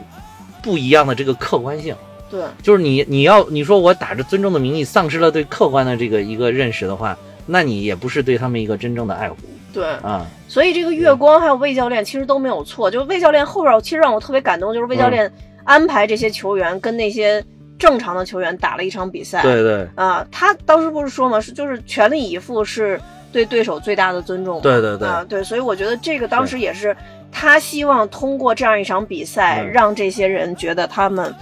S2: 不一样的这个客观性，
S1: 对，
S2: 就是你你要你说我打着尊重的名义丧失了对客观的这个一个认识的话，那你也不是对他们一个真正的爱护
S1: 对，
S2: 啊。
S1: 所以这个月光还有魏教练其实都没有错，就是魏教练后边其实让我特别感动，就是
S2: 嗯
S1: 魏教练安排这些球员跟那些正常的球员打了一场比赛。
S2: 对对
S1: 啊，他当时不是说嘛，是就是全力以赴是对对手最大的尊重嘛。
S2: 对对对
S1: 啊，对，所以我觉得这个当时也是他希望通过这样一场比赛，
S2: 嗯
S1: 让这些人觉得他们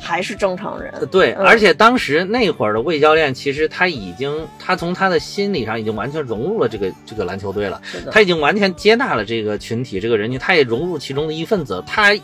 S1: 还是正常人。
S2: 对，
S1: 嗯
S2: 而且当时那会儿的魏教练，其实他已经他从他的心理上已经完全融入了这个这个篮球队了。
S1: 是的，
S2: 他已经完全接纳了这个群体、这个人群，他也融入其中的一份子。他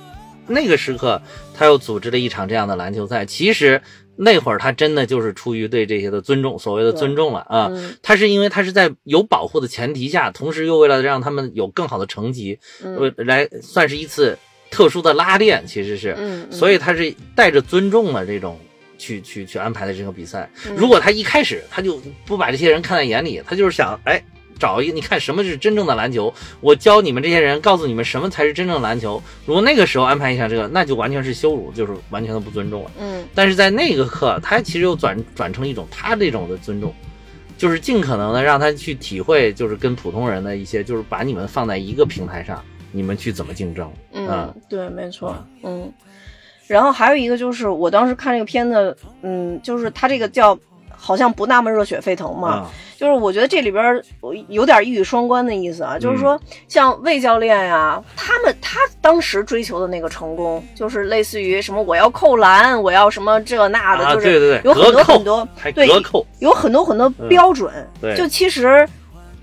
S2: 那个时刻，他又组织了一场这样的篮球赛。其实那会儿他真的就是出于对这些的尊重，所谓的尊重了啊。
S1: 嗯
S2: 他是因为他是在有保护的前提下，同时又为了让他们有更好的成绩，
S1: 嗯
S2: 呃，来算是一次特殊的拉练，其实是。
S1: 嗯，
S2: 所以他是带着尊重的这种去去去安排的这个比赛。
S1: 嗯
S2: 如果他一开始他就不把这些人看在眼里，他就是想哎。找一个，你看什么是真正的篮球？我教你们这些人，告诉你们什么才是真正的篮球。如果那个时候安排一下这个，那就完全是羞辱，就是完全的不尊重了。
S1: 嗯
S2: 但是在那个刻，他其实又转转成一种他这种的尊重，就是尽可能的让他去体会，就是跟普通人的一些，就是把你们放在一个平台上，你们去怎么竞争。
S1: 嗯
S2: 啊，
S1: 对，没错，嗯。然后还有一个就是，我当时看这个片子，嗯，就是他这个叫好像不那么热血沸腾嘛，
S2: 啊，
S1: 就是我觉得这里边儿我有点一语双关的意思啊，
S2: 嗯
S1: 就是说像魏教练呀、他们他当时追求的那个成功，就是类似于什么我要扣篮，我要什么这那的，
S2: 啊
S1: 就
S2: 对对
S1: 是
S2: 对
S1: 有很
S2: 隔
S1: 多
S2: 扣
S1: 很多
S2: 还
S1: 对
S2: 隔扣，
S1: 有很多很多标准。
S2: 嗯对
S1: 就其实，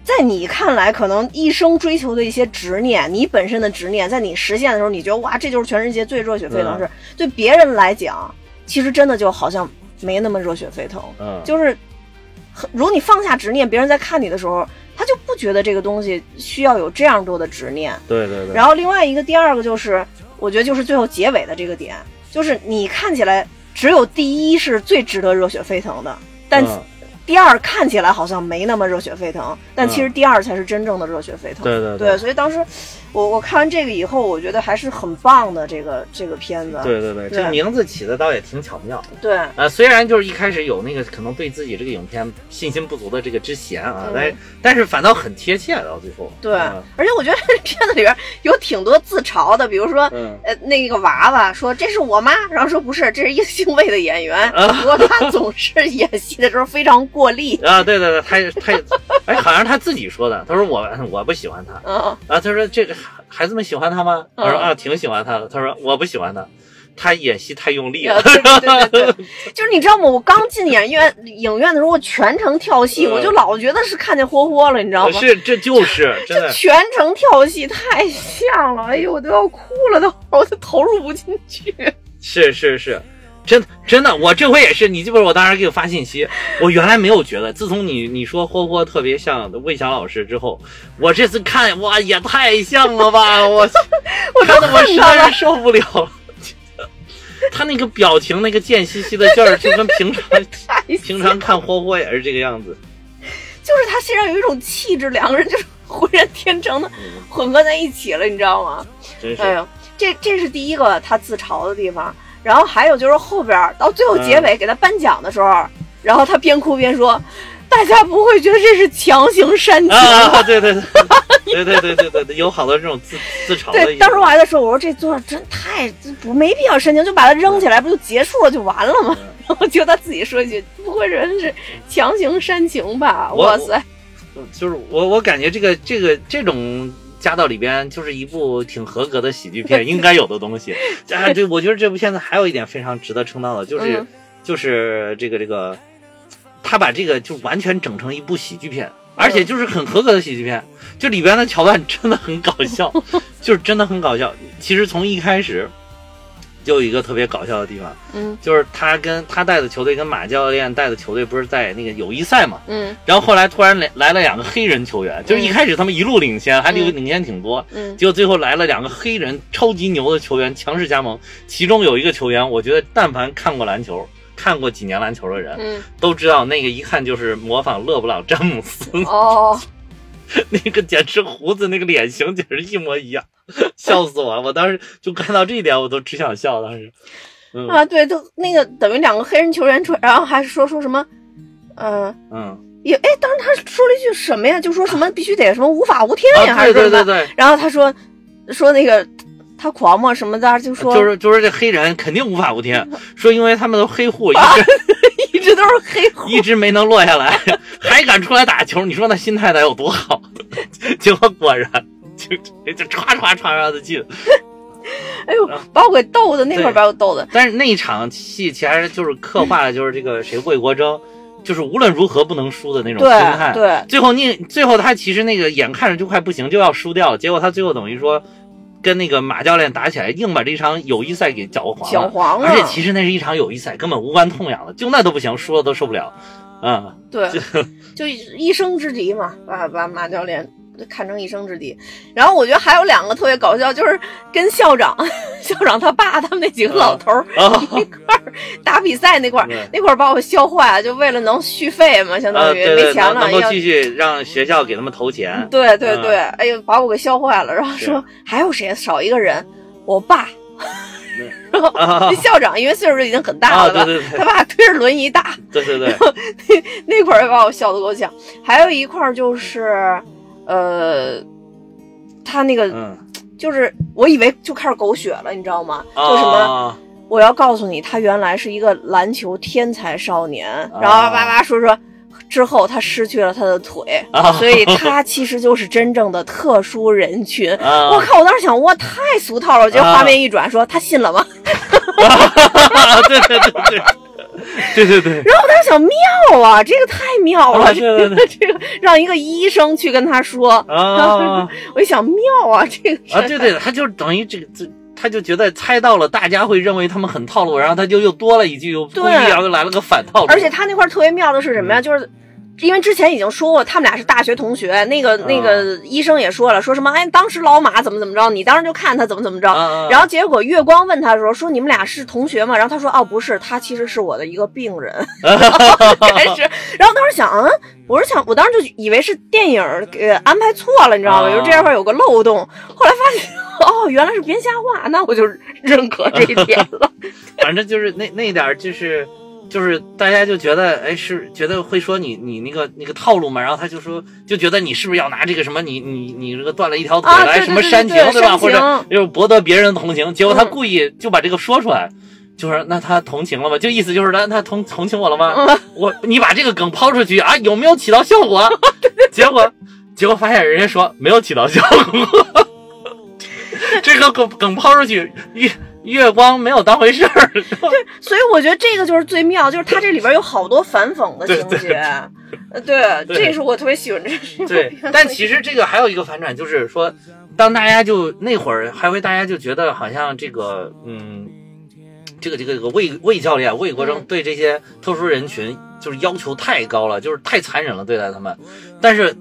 S1: 在你看来，可能一生追求的一些执念，你本身的执念，在你实现的时候，你觉得哇，这就是全世界最热血沸腾
S2: 嗯
S1: 的事。对别人来讲，其实真的就好像没那么热血沸腾。
S2: 嗯，
S1: 就是很，如果你放下执念，别人在看你的时候，他就不觉得这个东西需要有这样多的执念。
S2: 对对对。
S1: 然后另外一个，第二个就是，我觉得就是最后结尾的这个点，就是你看起来只有第一是最值得热血沸腾的，但
S2: 嗯
S1: 第二看起来好像没那么热血沸腾，但
S2: 嗯
S1: 其实第二才是真正的热血沸腾。
S2: 对对
S1: 所以当时我我看完这个以后，我觉得还是很棒的这个这个片子。
S2: 对对对，这
S1: 对啊
S2: 名字起的倒也挺巧妙。
S1: 对
S2: 呃，虽然就是一开始有那个可能对自己这个影片信心不足的这个之嫌啊
S1: 嗯，
S2: 但是但是反倒很贴切到最后。
S1: 对
S2: 嗯，
S1: 而且我觉得这片子里边有挺多自嘲的，比如说，
S2: 嗯
S1: 呃，那个娃娃说这是我妈，然后说不是，这是一个姓魏的演员，
S2: 啊
S1: 不过他总是演戏的时候非常过 力，
S2: 啊，对对对，他他，哎，好像是他自己说的，他说我我不喜欢他，
S1: 嗯
S2: 啊，他说这个孩子们喜欢他吗？我说
S1: 嗯
S2: 啊，挺喜欢他的。他说我不喜欢他，他演戏太用力
S1: 啊
S2: 了。
S1: 对对对对对，就是你知道吗？我刚进影院影院的时候，我全程跳戏，
S2: 嗯
S1: 我就老觉得是看见霍霍了，你知道吗？
S2: 是，这就是真
S1: 这
S2: 的。
S1: 全程跳戏太像了，哎呦，我都要哭了，都我都投入不进去。
S2: 是是是，真的真的，我这回也是，你记不记得我当时给你发 信息？我原来没有觉得，自从你你说霍霍特别像魏翔老师之后，我这次看哇也太像 了吧！我
S1: 我
S2: 看
S1: 都
S2: 的我实
S1: 恨他
S2: 在
S1: 了，
S2: 是受不了 了。他那个表情，那个贱兮兮的劲儿，就跟平常
S1: 太
S2: 平常看霍霍也是这个样子。
S1: 就是他身上有一种气质，两个人就是浑然天成的
S2: 嗯，
S1: 混合在一起了，你知道吗？
S2: 真是。
S1: 哎呦，这这是第一个他自嘲的地方。然后还有就是后边儿到最后结尾给他颁奖的时候，然后他边哭边说：“大家不会觉得这是强行煽情。
S2: 啊，对对对，对对对对对对，有好多这种自自嘲的意
S1: 对，
S2: 思。
S1: 当时我还在说，我说这座真太不没必要煽情，就把它扔起来，不就结束了就完了吗？
S2: 嗯
S1: 然后结果他自己说一句：“不会人是强行煽情吧？”
S2: 我
S1: 哇塞，
S2: 就是我我感觉这个这个这种。加到里边就是一部挺合格的喜剧片应该有的东西啊！对，我觉得这部片子还有一点非常值得称道的，就是、
S1: 嗯
S2: 就是这个这个，他把这个就完全整成一部喜剧片，而且就是很合格的喜剧片，就里边的桥段真的很搞笑，就是真的很搞笑。其实从一开始就有一个特别搞笑的地方，
S1: 嗯
S2: 就是他跟他带的球队跟马教练带的球队不是在那个友谊赛嘛，
S1: 嗯
S2: 然后后来突然来来了两个黑人球员，就是一开始他们一路领先，还领
S1: 嗯
S2: 领先挺多，
S1: 嗯
S2: 结果最后来了两个黑人超级牛的球员强势加盟，其中有一个球员，我觉得但凡看过篮球。看过几年篮球的人
S1: 嗯，
S2: 都知道，那个一看就是模仿勒布朗詹姆斯，
S1: 哦，
S2: 那个简直胡子那个脸型简直一模一样， 笑死我了！我当时就看到这一点，我都只想笑。当时，嗯
S1: 啊，对，都那个等于两个黑人球员出来，然后还说说什么，呃，
S2: 嗯，
S1: 也哎，当时他说了一句什么呀？就说什么必须得什么无法无天呀，
S2: 啊，
S1: 还是
S2: 对
S1: 说什
S2: 对
S1: 么
S2: 对对，
S1: 然后他说说那个他狂嘛什么的，就说
S2: 啊就是就是这黑人肯定无法 无天，说因为他们都黑户，一直
S1: 一直都是黑户，
S2: 一直没能落下来，还敢出来打球，你说那心态得有多好？ 结果果然就就歘歘歘歘的进。
S1: 哎呦，把我给逗的，那会儿
S2: 对
S1: 把我逗的，
S2: 但是那一场戏其实就是刻画的就是这个谁为国争，就是无论如何不能输的那种心态。
S1: 对对，
S2: 最后你最后他其实那个眼看着就快不行就要输掉了，结果他最后等于说跟那个马教练打起来，硬把这场友谊赛给搅黄
S1: 搅
S2: 了。
S1: 黄了。
S2: 而且其实那是一场友谊赛，根本无关痛痒的，就那都不行，输了都受不了。啊、
S1: 对， 就一生之敌嘛，把把马教练看成一生之敌。然后我觉得还有两个特别搞笑，就是跟校长、 校长他爸他们那几个老头儿
S2: 啊，
S1: 一块 儿打比赛那块儿，
S2: 对
S1: 那块儿把我笑坏了，就为了能续费嘛，相
S2: 呃，
S1: 当于
S2: 对
S1: 没
S2: 对，
S1: 钱
S2: 能
S1: 了
S2: 能够
S1: 要。
S2: 继续让学校给他们投钱，
S1: 对对
S2: 嗯
S1: 对，哎呦，把我给笑坏了。然后
S2: 是
S1: 说还有谁少一个人？我爸。 然后
S2: 啊
S1: 那校长因为岁数已经很大
S2: 啊，
S1: 了吧，
S2: 对对对
S1: 他爸推着轮椅打，
S2: 对对对，
S1: 那块儿也把我笑得够呛。还有一块儿就是，呃，他那个
S2: 嗯，
S1: 就是，我以为就开始狗血了，你知道吗？就什么，
S2: 啊，
S1: 我要告诉你，他原来是一个篮球天才少年，
S2: 啊
S1: 然后叭叭说说。之后，他失去了他的腿，
S2: 啊
S1: 所以他其实就是真正的特殊人群。
S2: 啊
S1: 我靠！我当时想，哇，太俗套了。结果
S2: 啊
S1: 画面一转，说他信了吗？
S2: 啊，对对对对，对对对，
S1: 然后我当时想，妙啊，这个太妙了，
S2: 啊对 对
S1: 这个让一个医生去跟他说，
S2: 啊
S1: 我一想，妙啊，这个
S2: 啊，对对，他就等于这个这。他就觉得猜到了，大家会认为他们很套路，然后他就又多了一句，又故意
S1: 对
S2: 然后嗯又来了个反套路。
S1: 而且他那块儿特别妙的是什么呀？就是。因为之前已经说过，他们俩是大学同学，那个那
S2: 啊
S1: 个医生也说了，说什么哎，当时老马怎么怎么着，你当时就看他怎么怎么着。
S2: 啊，
S1: 然后结果月光问他的时候，说你们俩是同学吗？然后他说哦不是，他其实是我的一个病 人。开始，然后当时想，嗯，我是想，我当时就以为是电影儿给安排错了，你知道吗？
S2: 啊
S1: 就这块儿有个漏洞，后来发现哦，原来是编瞎话，那我就认可这一点了。
S2: 反正就是那那一点儿就是就是大家就觉得哎是觉得会说你你那个那个套路嘛，然后他就说就觉得你是不是要拿这个什么你你你这个断了一条腿
S1: 啊
S2: 来、
S1: 对
S2: 什么
S1: 对对
S2: 煽情
S1: 对对
S2: 吧，
S1: 煽
S2: 或者
S1: 情
S2: 就是博得别人同情，结果他
S1: 嗯
S2: 故意就把这个说出来。就是那他同情了吗？就意思就是他他同同情我了吗？我你把这个梗抛出去啊，有没有起到效果？结果结果发现人家说没有起到效果， 这个梗梗抛出去，月月光没有当回事儿。
S1: 所以我觉得这个就是最妙，就是它这里边有好多反讽的情节，呃对，
S2: 对
S1: 这是我特别喜欢这 这部
S2: 对
S1: 片，
S2: 但其实这个还有一个反转，就是说，当大家就那会儿还会大家就觉得好像这个，嗯，这个这个这个魏魏教练魏国
S1: 嗯
S2: 正对这些特殊人群就是要求太高了，就是太残忍了对待他们。但是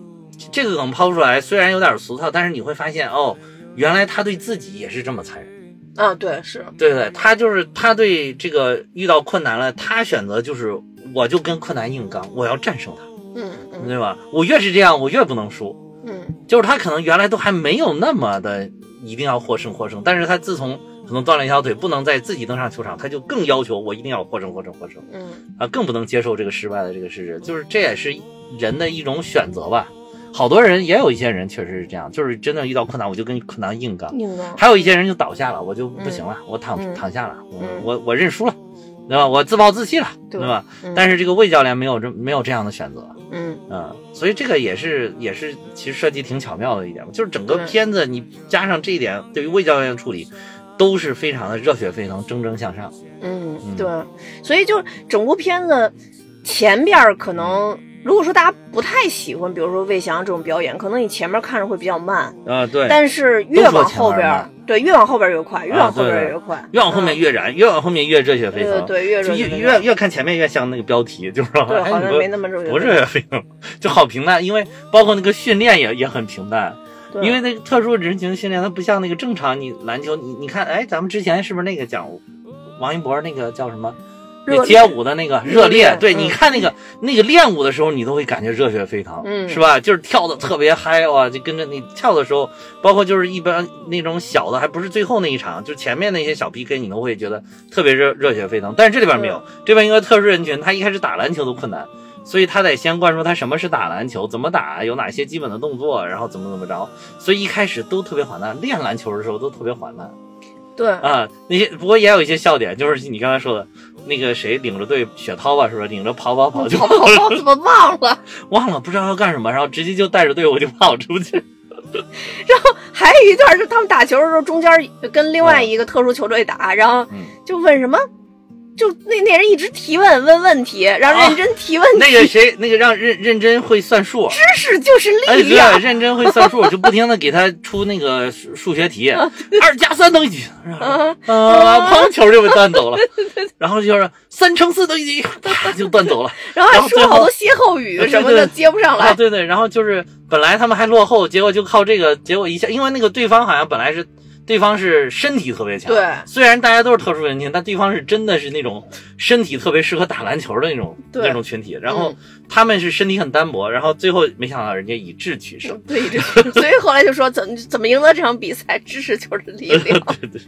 S2: 这个梗抛出来虽然有点俗套，但是你会发现哦，原来他对自己也是这么残忍。
S1: 啊，对，是
S2: 对对，他就是他对这个遇到困难了，他选择就是我就跟困难硬刚，我要战胜他，
S1: 嗯嗯
S2: 对吧？我越是这样，我越不能输。
S1: 嗯，
S2: 就是他可能原来都还没有那么的一定要获胜获胜，但是他自从可能断了一条腿，不能再自己登上球场，他就更要求我一定要获胜获胜获胜
S1: 嗯
S2: 啊，更不能接受这个失败的这个事实，就是这也是人的一种选择吧。好多人也有一些人确实是这样，就是真的遇到困难我就跟困难硬刚，
S1: 硬刚，
S2: 还有一些人就倒下了，我就不行了，我躺、
S1: 嗯
S2: 躺下了，我
S1: 嗯
S2: 我我认输了，对吧？我自暴自弃了，
S1: 对
S2: 对吧？
S1: 嗯
S2: 但是这个魏教练没有这没有这样的选择，
S1: 嗯
S2: 嗯，所以这个也是也是其实设计挺巧妙的一点嘛，就是整个
S1: 对
S2: 片子你加上这一点，对于魏教练的处理都是非常的热血沸腾、蒸蒸向上。
S1: 嗯，
S2: 嗯
S1: 对，所以就整部片子前边儿可能。如果说大家不太喜欢，比如说魏翔这种表演，可能你前面看着会比较慢，
S2: 啊，对
S1: 但是越往后
S2: 都说前
S1: 边
S2: 面
S1: 儿
S2: 慢，
S1: 对，越往后边儿越快，越往后边
S2: 对
S1: 儿
S2: 对
S1: 越快，
S2: 越往后面
S1: 嗯
S2: 越燃，越往后面越热血沸
S1: 对
S2: 腾。
S1: 对，越
S2: 就
S1: 热
S2: 越
S1: 越
S2: 越越看前面越像那个标题，就是说
S1: 对，
S2: 哎
S1: 好像
S2: 你
S1: 没那么热
S2: 不
S1: 血，
S2: 不是热血沸腾，就好平淡，因为包括那个训练也也很平淡，
S1: 对
S2: 因为那个特殊人群训练它不像那个正常你篮球，你你看，哎，咱们之前是不是那个讲王一博那个叫什么？
S1: 热
S2: 那街舞的那个热
S1: 热烈
S2: 烈，对，
S1: 嗯
S2: 你看那个那个练舞的时候，你都会感觉热血沸腾，
S1: 嗯
S2: 是吧？就是跳的特别嗨哇，就跟着你跳的时候，包括就是一般那种小的，还不是最后那一场，就前面那些小 PK，你都会觉得特别热热血沸腾。但是这里边没有，这边一个特殊人群，他一开始打篮球都困难，所以他得先灌输他什么是打篮球，怎么打，有哪些基本的动作，然后怎么怎么着，所以一开始都特别缓慢，练篮球的时候都特别缓慢。
S1: 对，
S2: 啊，那些不过也有一些笑点，就是你刚才说的，那个谁领着队雪涛吧，是不是领着 跑跑跑就
S1: 跑跑跑怎么忘了？
S2: 忘了不知道要干什么，然后直接就带着队伍就跑出去。
S1: 还有一段是他们打球的时候，中间跟另外一个特殊球队打，然后
S2: 嗯
S1: 就问什么就那那人一直提问问问题，然后认真提问题，
S2: 哦那个谁，那个让认认真会算数，
S1: 知识就是
S2: 哎，
S1: 力
S2: 对
S1: 量，。
S2: 认真会算数，就不停的给他出那个数数学题，
S1: 啊
S2: 二加三等于几？
S1: 嗯，
S2: 啊，砰，球就被断 走了。然后就是三乘四等于几，啪就断走了。
S1: 然后
S2: 然
S1: 还
S2: 后
S1: 说
S2: 最后
S1: 好多歇后语
S2: 对对
S1: 什么的
S2: 对
S1: 接不上
S2: 啊，
S1: 来，
S2: 对对，然后就是本来他们还落后，结果就靠这个，结果一下，因为那个对方好像本来是。对方是身体特别强，
S1: 对
S2: 虽然大家都是特殊人群，但对方是真的是那种身体特别适合打篮球的那种
S1: 对嗯
S2: 那种群体。然后他们是身体很单薄，然后最后没想到人家以智取胜。
S1: 对，这 所以后来就说怎么怎么赢得这场比赛，知识就是力量。
S2: 对对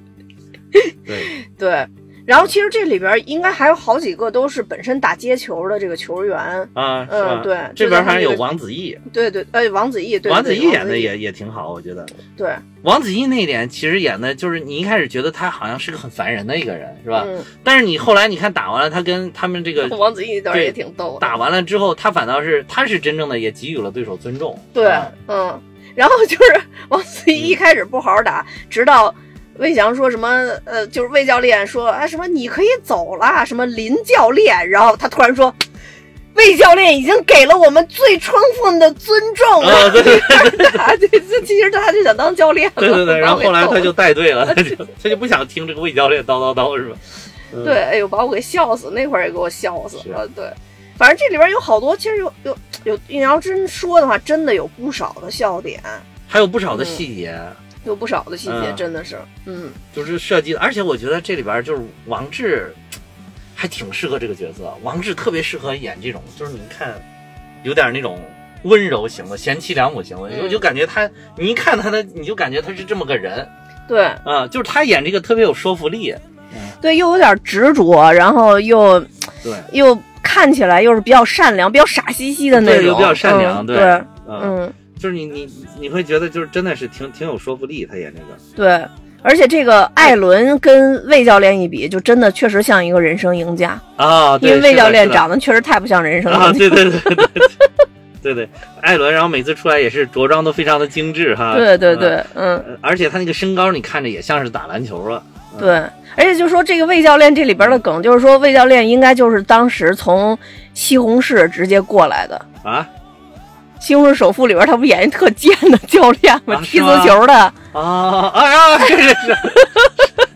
S2: 对，
S1: 对，然后其实这里边应该还有好几个都是本身打接球的这个球员，
S2: 啊，是
S1: 嗯
S2: 吧
S1: 对
S2: 这
S1: 就在
S2: 边
S1: 他
S2: 好像
S1: 那个
S2: 有王子异，
S1: 对对，呃，王子异，对，
S2: 王
S1: 对
S2: 子
S1: 对
S2: 异演的
S1: 王
S2: 也也挺好，我觉得。
S1: 对，
S2: 王子异那一点其实演的就是你一开始觉得他好像是个很烦人的一个人，是吧？
S1: 嗯，
S2: 但是你后来你看打完了，他跟他们这个
S1: 王子异倒是也挺逗的，
S2: 打完了之后，他反倒是他是真正的也给予了对手尊重。
S1: 对
S2: 啊，
S1: 嗯，然后就是 王子
S2: 嗯
S1: 异一开始不好好打，直到。魏翔说什么？呃，就是魏教练说，哎，什么你可以走了，什么林教练，然后他突然说，魏教练已经给了我们最充分的尊重了。
S2: 啊对 对
S1: 打对，这其实他就想当教练了。
S2: 对对对，然后后来
S1: 把我
S2: 他
S1: 给
S2: 就带队 了，他就他就不想听这个魏教练叨叨叨，是吧？
S1: 逗对，哎呦，把我给笑死，那会儿也给我笑死
S2: 是
S1: 了。对，反正这里边有好多，其实有有有，你要真说的话，真的有不少的笑点，
S2: 还有不少的细节，
S1: 有不少的细节，
S2: 嗯
S1: 真的是，嗯，
S2: 就是设计的，而且我觉得这里边就是王志还挺适合这个角色，王志特别适合演这种，就是你看有点那种。温柔型的，贤妻良母型的，
S1: 嗯
S2: 我就感觉他，你一看他的，你就感觉他是这么个人
S1: 对
S2: 啊、就是他演这个特别有说服力，
S1: 对，又有点执着，然后又
S2: 对，
S1: 又看起来又是比较善良、比较傻兮兮的那种，
S2: 对，又比较善良，
S1: 嗯、对，
S2: 嗯，
S1: 嗯，
S2: 就是你你你会觉得就是真的是挺挺有说服力，他演这个，
S1: 对。而且这个艾伦跟魏教练一比，就真的确实像一个人生赢家，
S2: 啊，
S1: 因为魏教练长
S2: 得
S1: 得确实太不像人生赢家
S2: 啊，对对对对对对对，艾伦，然后每次出来也是着装都非常的精致哈，
S1: 对对
S2: 嗯
S1: 对，嗯，
S2: 呃而且他那个身高你看着也像是打篮球了，
S1: 对。而且就说这个魏教练这里边的梗，就是说魏教练应该就是当时从西红柿直接过来的。
S2: 啊
S1: 西红柿首富里边，他不演一特贱的教练吗？
S2: 啊
S1: 踢
S2: 是
S1: 足
S2: 吗
S1: 球的，
S2: 啊啊啊，是是是。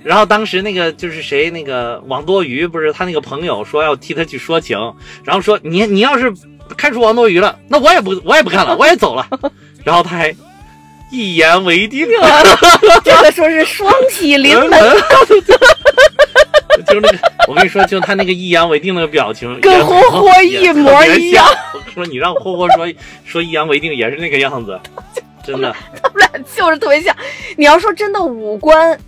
S2: 然后当时那个就是谁，那个王多鱼不是他那个朋友说要替他去说情，然后说你你要是开除王多鱼了，那我也不我也不干了，我也走了。 然后他还一言为定，啊
S1: 这个说是双喜临
S2: 嗯
S1: 门，
S2: 就是那个，我跟你说，就他那个一言为定那个表情，
S1: 跟霍霍一模一样。
S2: 我跟你说你让霍霍说说一言为定也是那个样子，真的。
S1: 他们俩就是特别像。你要说真的五官，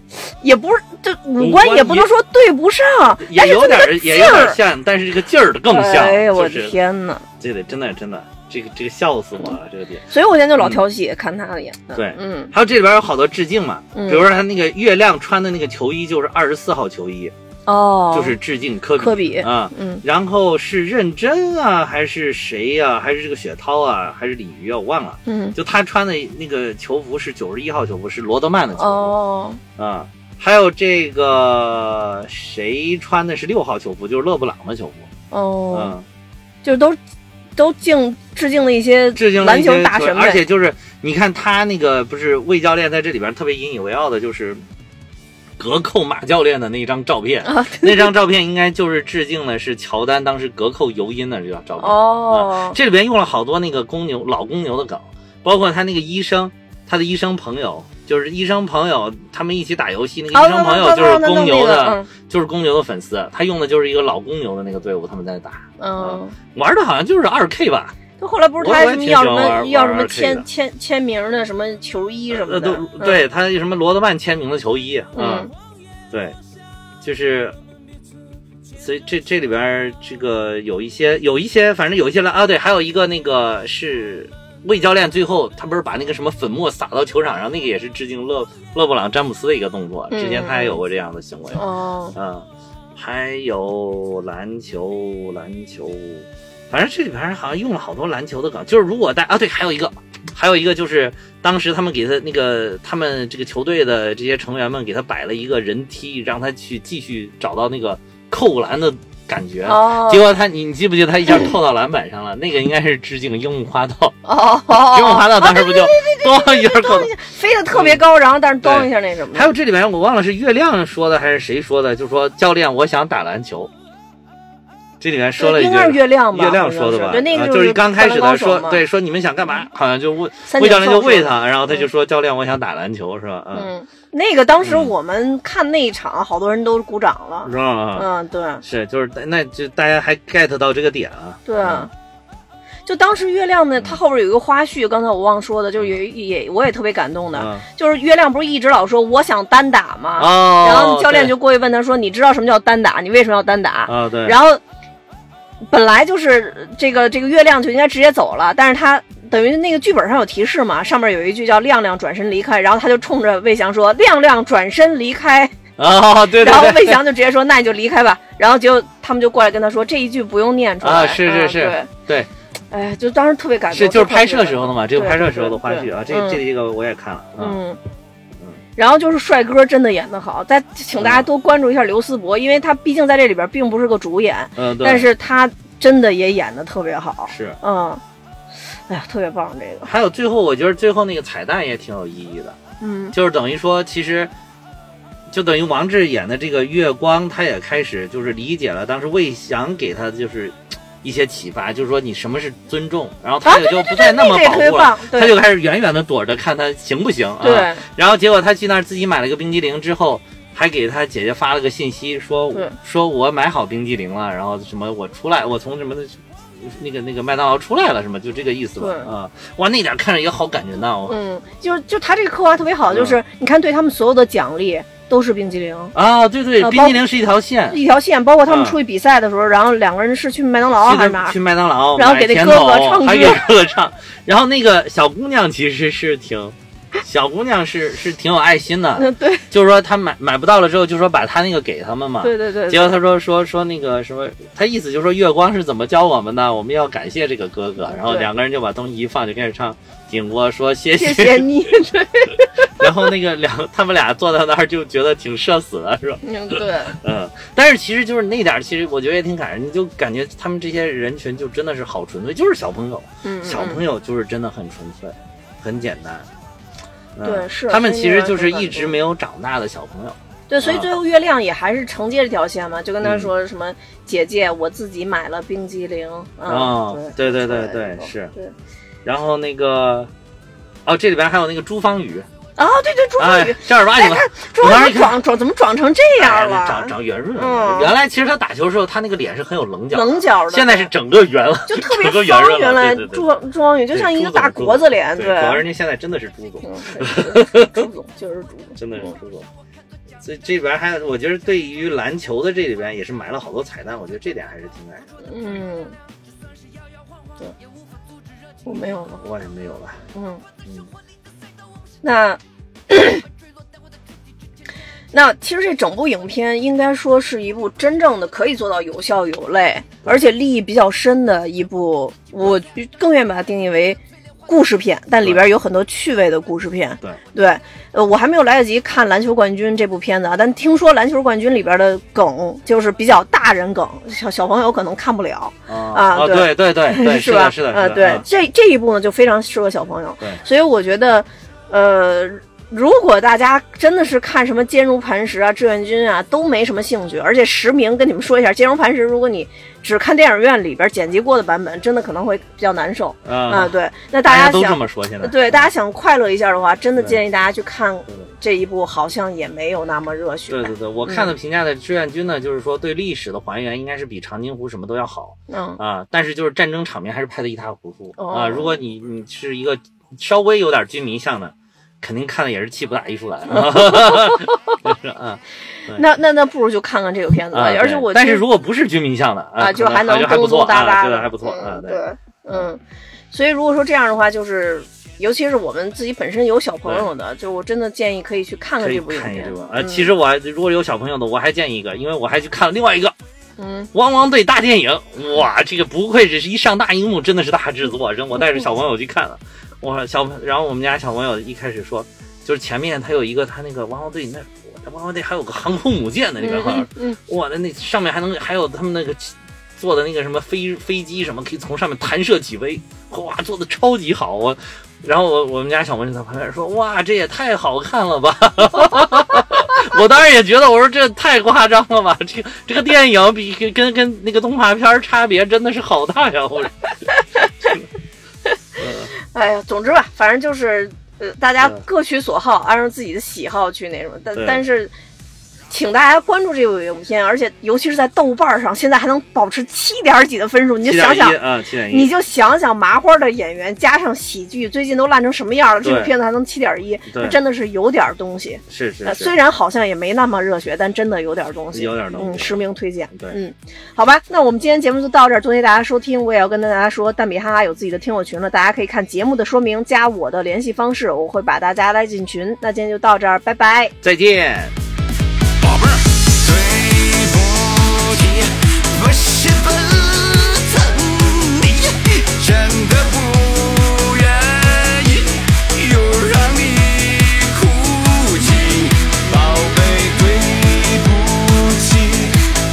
S1: 也不是这五
S2: 五
S1: 官
S2: 官
S1: 也不能
S2: 也
S1: 说对不上，
S2: 也有点儿，也有
S1: 劲
S2: 点
S1: 儿
S2: 儿像，但是这个劲儿更像，
S1: 哎呀，我
S2: 就
S1: 的
S2: 是
S1: 天呐。
S2: 这个真的真的，这个这个笑死我了，这个点。
S1: 所以我现在就老挑戏、看他演的。
S2: 对
S1: 嗯
S2: 还有这里边有好多致敬嘛，
S1: 嗯
S2: 比如说他那个月亮穿的那个球衣就是二十四号球衣，
S1: 哦，
S2: 就是致敬科比
S1: 科比
S2: 啊。
S1: 嗯
S2: 然后是认真啊，还是谁呀、还是这个雪涛啊，还是鲤鱼啊？我忘了。
S1: 嗯
S2: 就他穿的那个球服是九十一号球服，是罗德曼的球服啊、
S1: 哦
S2: 还有这个谁穿的是六号球服，就是勒布朗的球服。
S1: 哦。
S2: 嗯，
S1: 就是都都敬致敬了一些
S2: 致敬了
S1: 篮
S2: 一
S1: 球
S2: 些
S1: 大神
S2: 球
S1: 呗，
S2: 而且就是你看他那个不是魏教练在这里边特别引以为傲的，就是隔扣马教练的那张照片。
S1: 啊，
S2: 那张照片应该就是致敬的是乔丹当时隔扣尤因的这张照片。
S1: 哦，
S2: 这里边用了好多那个公牛老公牛的梗，包括他那个医生，他的医生朋友，就是医生朋友，他们一起打游戏，那个医生啊朋友就是公牛的，
S1: 哦
S2: 就是公牛的粉丝，他用的就是一个老公牛的那个队伍，他们在打，
S1: 那那那那嗯。
S2: 玩的好像就是二 K 吧，
S1: 他后来不是他
S2: 我我也
S1: 什么
S2: 挺
S1: 要
S2: 喜
S1: 什
S2: 欢
S1: 么
S2: 玩
S1: 要
S2: 玩
S1: 什么
S2: 这
S1: 签
S2: 个
S1: 签签名的什么球衣什么
S2: 呃，
S1: 的
S2: 都，对他有什么罗德曼签名的球衣，啊
S1: 嗯
S2: 对，就是，所以这这里边儿这个有一些有一些，反正有一些了啊，对，还有一个那个是魏教练最后他不是把那个什么粉末撒到球场上，那个也是致敬勒勒布朗詹姆斯的一个动作，
S1: 嗯
S2: 之前他也有过这样的行为，
S1: 嗯哦，
S2: 嗯，还有篮球篮球，反正这里边儿好像用了好多篮球的梗，就是如果大啊对，还有一个。还有一个就是，当时他们给他那个他们这个球队的这些成员们给他摆了一个人梯，让他去继续找到那个扣篮的感觉。
S1: 哦
S2: 结果他，你你记不记得他一下扣到篮板上了？那个应该是致敬樱木花道，
S1: 哦哦，
S2: 樱木花道当时不就咣一下扣到？
S1: 飞得特别高，然后但是咚一下那什么的，
S2: 还有这里面我忘了是月亮说的还是谁说的，就说教练我想打篮球。这里面说了一句，
S1: 应该是月亮吧？
S2: 月亮说的吧？
S1: 好像是对，那
S2: 啊
S1: 个
S2: 就是刚开始
S1: 他
S2: 他说，对，，说你们想干嘛？好像就问
S1: 三
S2: 魏
S1: 井
S2: 教练就
S1: 寿
S2: 问
S1: 说的，
S2: 他，然后他就说教练我想打篮球是吧？嗯，
S1: 嗯，那个当时我们看那一场，好多人都鼓掌了
S2: 是，吧？嗯
S1: 嗯，对
S2: 是，就是那就大家还 get 到这个点啊。
S1: 对
S2: 嗯。
S1: 就当时月亮呢，它后边有一个花絮，刚才我忘说的，就是也也我也特别感动的，
S2: 嗯
S1: 就是月亮不是一直老说我想单打吗？
S2: 哦，
S1: 然后教练
S2: 对
S1: 就过去问他说：“你知道什么叫单打？你为什么要单打？”
S2: 啊对，
S1: 然后本来就是呃这个这个月亮就应该直接走了，但是他等于那个剧本上有提示嘛，上面有一句叫“亮亮转身离开”，然后他就冲着魏翔说“亮亮转身离开
S2: 啊对”，
S1: 然后
S2: 对对
S1: 魏翔就直接说“那你就离开吧”，然后就他们就过来跟他说这一句不用念出来
S2: 啊是是
S1: 啊
S2: 是
S1: 对
S2: 对，
S1: 哎，就当时特别感动，
S2: 是就
S1: 特
S2: 是
S1: 别
S2: 拍摄
S1: 感
S2: 时候的
S1: 动
S2: 嘛，这个
S1: 对
S2: 拍摄时候的
S1: 对
S2: 花絮啊，这
S1: 对嗯
S2: 这这个我也看了，嗯
S1: 嗯，然后就是帅哥真的演得好，再请大家多关注一下刘思博，因为他毕竟在这里边并不是个主演，
S2: 嗯，对
S1: 但是他真的也演得特别好，
S2: 是。
S1: 嗯，哎呀，特别棒这个，
S2: 还有最后，我觉得最后那个彩蛋也挺有意义的，
S1: 嗯
S2: 就是等于说，其实就等于王志演的这个月光，他也开始就是理解了当时魏翔给他的就是一些启发，就是说你什么是尊重，然后他
S1: 啊
S2: 也就不再那
S1: 那
S2: 么
S1: 个也啊
S2: 保
S1: 特别
S2: 护了，
S1: 棒，
S2: 他就
S1: 对
S2: 开始远远的躲着看他行不行啊。
S1: 对
S2: 然后结果他去那儿自己买了个冰激凌之后。还给他姐姐发了个信息，说
S1: 对
S2: 说我买好冰激凌了，然后什么我出来，我从什么的，那个那个麦当劳出来了，什么就这个意思吧
S1: 对
S2: 啊、哇，那点看着也好感人呐、我
S1: 嗯，就是就他这个刻画特别好，就是你看对他们所有的奖励都是冰激凌。
S2: 啊，对对，
S1: 呃
S2: 冰
S1: 包
S2: 激凌是一条线，
S1: 一条线，包括他们
S2: 嗯
S1: 出去比赛的时候，然后两个人是去麦当劳啊
S2: 去
S1: 还是
S2: 那
S1: 哪儿
S2: 去？麦当劳，
S1: 然后
S2: 买
S1: 给那
S2: 甜
S1: 哥
S2: 筒
S1: 哥唱
S2: 还
S1: 歌
S2: 给哥哥唱。然后那个小姑娘其实是挺，小姑娘是是挺有爱心的，
S1: 嗯， 对
S2: 就是说她买买不到了之后，就说把她那个给他们嘛。
S1: 对 对对
S2: 结
S1: 对，
S2: 果她说说说那个什么，她意思就是说月光是怎么教我们的，我们要感谢这个哥哥。然后
S1: 对
S2: 两个人就把东西一放，就开始唱《顶锅》，说谢
S1: 谢谢你，对，
S2: 然后那个两他们俩坐在那儿就觉得挺社死的，是吧？
S1: 嗯对，
S2: 嗯，但是其实就是那点儿，其实我觉得也挺感人，你就感觉他们这些人群就真的是好纯粹，就是小朋友，
S1: 嗯，
S2: 小朋友就是真的很纯粹，很简单。嗯、
S1: 对是
S2: 他们
S1: 所以
S2: 其
S1: 我
S2: 实
S1: 也
S2: 就是
S1: 很感
S2: 一直
S1: 动
S2: 没有长大的小朋友。
S1: 对，所以
S2: 啊
S1: 最后月亮也还是承接这条线嘛，就跟他
S2: 嗯
S1: 说什么姐姐，我自己买了冰激凌啊，
S2: 哦，
S1: 对
S2: 对对
S1: 对
S2: 对，
S1: 对
S2: 是。
S1: 对
S2: 然后那个，哦，这里边还有那个朱芳雨，
S1: 啊，对对，朱
S2: 哎
S1: 芳雨，，
S2: 正儿八经
S1: 哎，
S2: 的
S1: 他朱
S2: 我当
S1: 芳
S2: 时
S1: 雨
S2: 看
S1: 转转怎么转成这样
S2: 哎长
S1: 了？
S2: 长圆润了。
S1: 嗯
S2: 原来其实他打球的时候，他那个脸是很有棱角的，
S1: 棱角的，
S2: 现在是整个圆了，
S1: 就特别
S2: 整个圆
S1: 方
S2: 润，了。
S1: 原来
S2: 对对对
S1: 朱芳朱芳雨就
S2: 对
S1: 像一
S2: 朱
S1: 个
S2: 总
S1: 大
S2: 朱
S1: 国
S2: 总
S1: 字脸，
S2: 对，主要人家现在真的是朱总，
S1: 嗯对朱总就是朱总，
S2: 真的是朱总。所以这里边还，我觉得对于篮球的这里边也是埋了好多彩蛋，我觉得这点还是挺感人的。
S1: 嗯，对，我没有了，
S2: 我也没有了，
S1: 嗯。
S2: 嗯，
S1: 那 那其实这整部影片应该说是一部真正的可以做到有笑有泪，而且立意比较深的一部，我更愿意把它定义为。故事片，但里边有很多趣味的故事片。
S2: 对
S1: 对，呃，我还没有来得及看《篮球冠军》这部片子啊，但听说《篮球冠军》里边的梗就是比较大人梗，小小朋友可能看不了。
S2: 啊
S1: 啊对
S2: 对对对 对，
S1: 是吧？
S2: 的，是的，
S1: 呃
S2: 是的
S1: 对
S2: 啊，
S1: 这这一部呢就非常适合小朋友。
S2: 对
S1: 所以我觉得，呃，如果大家真的是看什么《坚如磐石》啊、《志愿军》啊，都没什么兴趣，而且实名跟你们说一下，《坚如磐石》如果你只看电影院里边剪辑过的版本，真的可能会比较难受啊、
S2: 啊，
S1: 对，那
S2: 大
S1: 家
S2: 都这
S1: 想。
S2: 么说，现在
S1: 对，大家想快乐一下的话，真的
S2: 对
S1: 建议大家去看
S2: 对对
S1: 这一部，好像也没有那么热血。
S2: 对对对，我看的评价的志愿军呢，就是说对历史的还原应该是比长津湖什么都要好
S1: 嗯，
S2: 啊，但是就是战争场面还是拍的一塌糊涂
S1: 哦
S2: 啊。如果你你是一个稍微有点军迷向的，肯定看的也是气不打一处来。
S1: 嗯
S2: 就是啊，
S1: 那那那不如就看看这个片子吧。
S2: 啊，
S1: 而且
S2: 对
S1: 我
S2: 但
S1: 其
S2: 是
S1: 实
S2: 如果不是军迷向的
S1: 啊，就
S2: 可能
S1: 还
S2: 还
S1: 能
S2: 就还不
S1: 咚
S2: 错
S1: 咚哒
S2: 啊，
S1: 哒
S2: 对
S1: 的，
S2: 还不错啊，
S1: 嗯，对，嗯，所以如果说这样的话，就是尤其是我们自己本身有小朋友的，就我真的建议可以去看看
S2: 可以
S1: 这部影
S2: 看一下
S1: 片嗯
S2: 这。个啊，其实我还如果有小朋友的，我还建议一个，因为我还去看了另外一个《
S1: 嗯，
S2: 汪汪队大电影》，哇，这个不愧是一上大荧幕，真的是大制作，真我带着小朋友去看了，我小朋，然后我们家小朋友一开始说，就是前面他有一个他那个汪汪队那我他妈那还有个航空母舰呢，里边好像，
S1: 嗯
S2: 哇，那那上面还能还有他们那个做的那个什么飞飞机什么，可以从上面弹射起飞，哇，做的超级好我。然后我我们家小文就在旁边说：“哇，这也太好看了吧！” 我当时也觉得，我说这太夸张了吧，这个这个电影比跟跟跟那个动画片儿差别真的是好大呀！我说，
S1: 哎呀，总之吧，反正就是呃，大家
S2: 对
S1: 各取所好，按照自己的喜好去那什么，但
S2: 对
S1: 但是。请大家关注这部影片，而且尤其是在豆瓣上，现在还能保持七点几的分数，你就想想
S2: 7.1，啊，七点
S1: 你
S2: 一，
S1: 就想想麻花的演员加上喜剧，最近都烂成什么样了？这
S2: 对
S1: 部片子还能七点一，
S2: 对
S1: 那真的是有点东西。
S2: 是是
S1: 呃
S2: 是
S1: 虽，然好像也没那么热血，但真的有点东西，
S2: 有点东
S1: 嗯，
S2: 西
S1: 实名推荐。
S2: 对
S1: 嗯，好吧，那我们今天节目就到这儿，多谢大家收听。我也要跟大家说，蛋比哈哈有自己的听友群了，大家可以看节目的说明，加我的联系方式，我会把大家拉进群。那今天就到这儿，拜拜。
S2: 再见。
S3: 宝贝儿，对不起，不是本疼你，真的不愿意又让你哭泣，宝贝，对不起，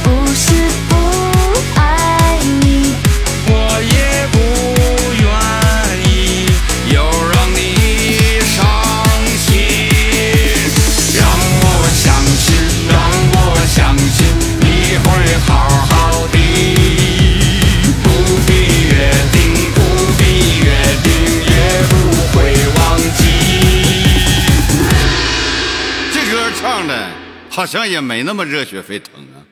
S4: 不是不爱你，
S3: 我也不愿意又让你伤心。让我相信，让我相信你会好好的。不必约定，不必约定，也不会忘记。
S5: 这歌唱的好像也没那么热血沸腾啊。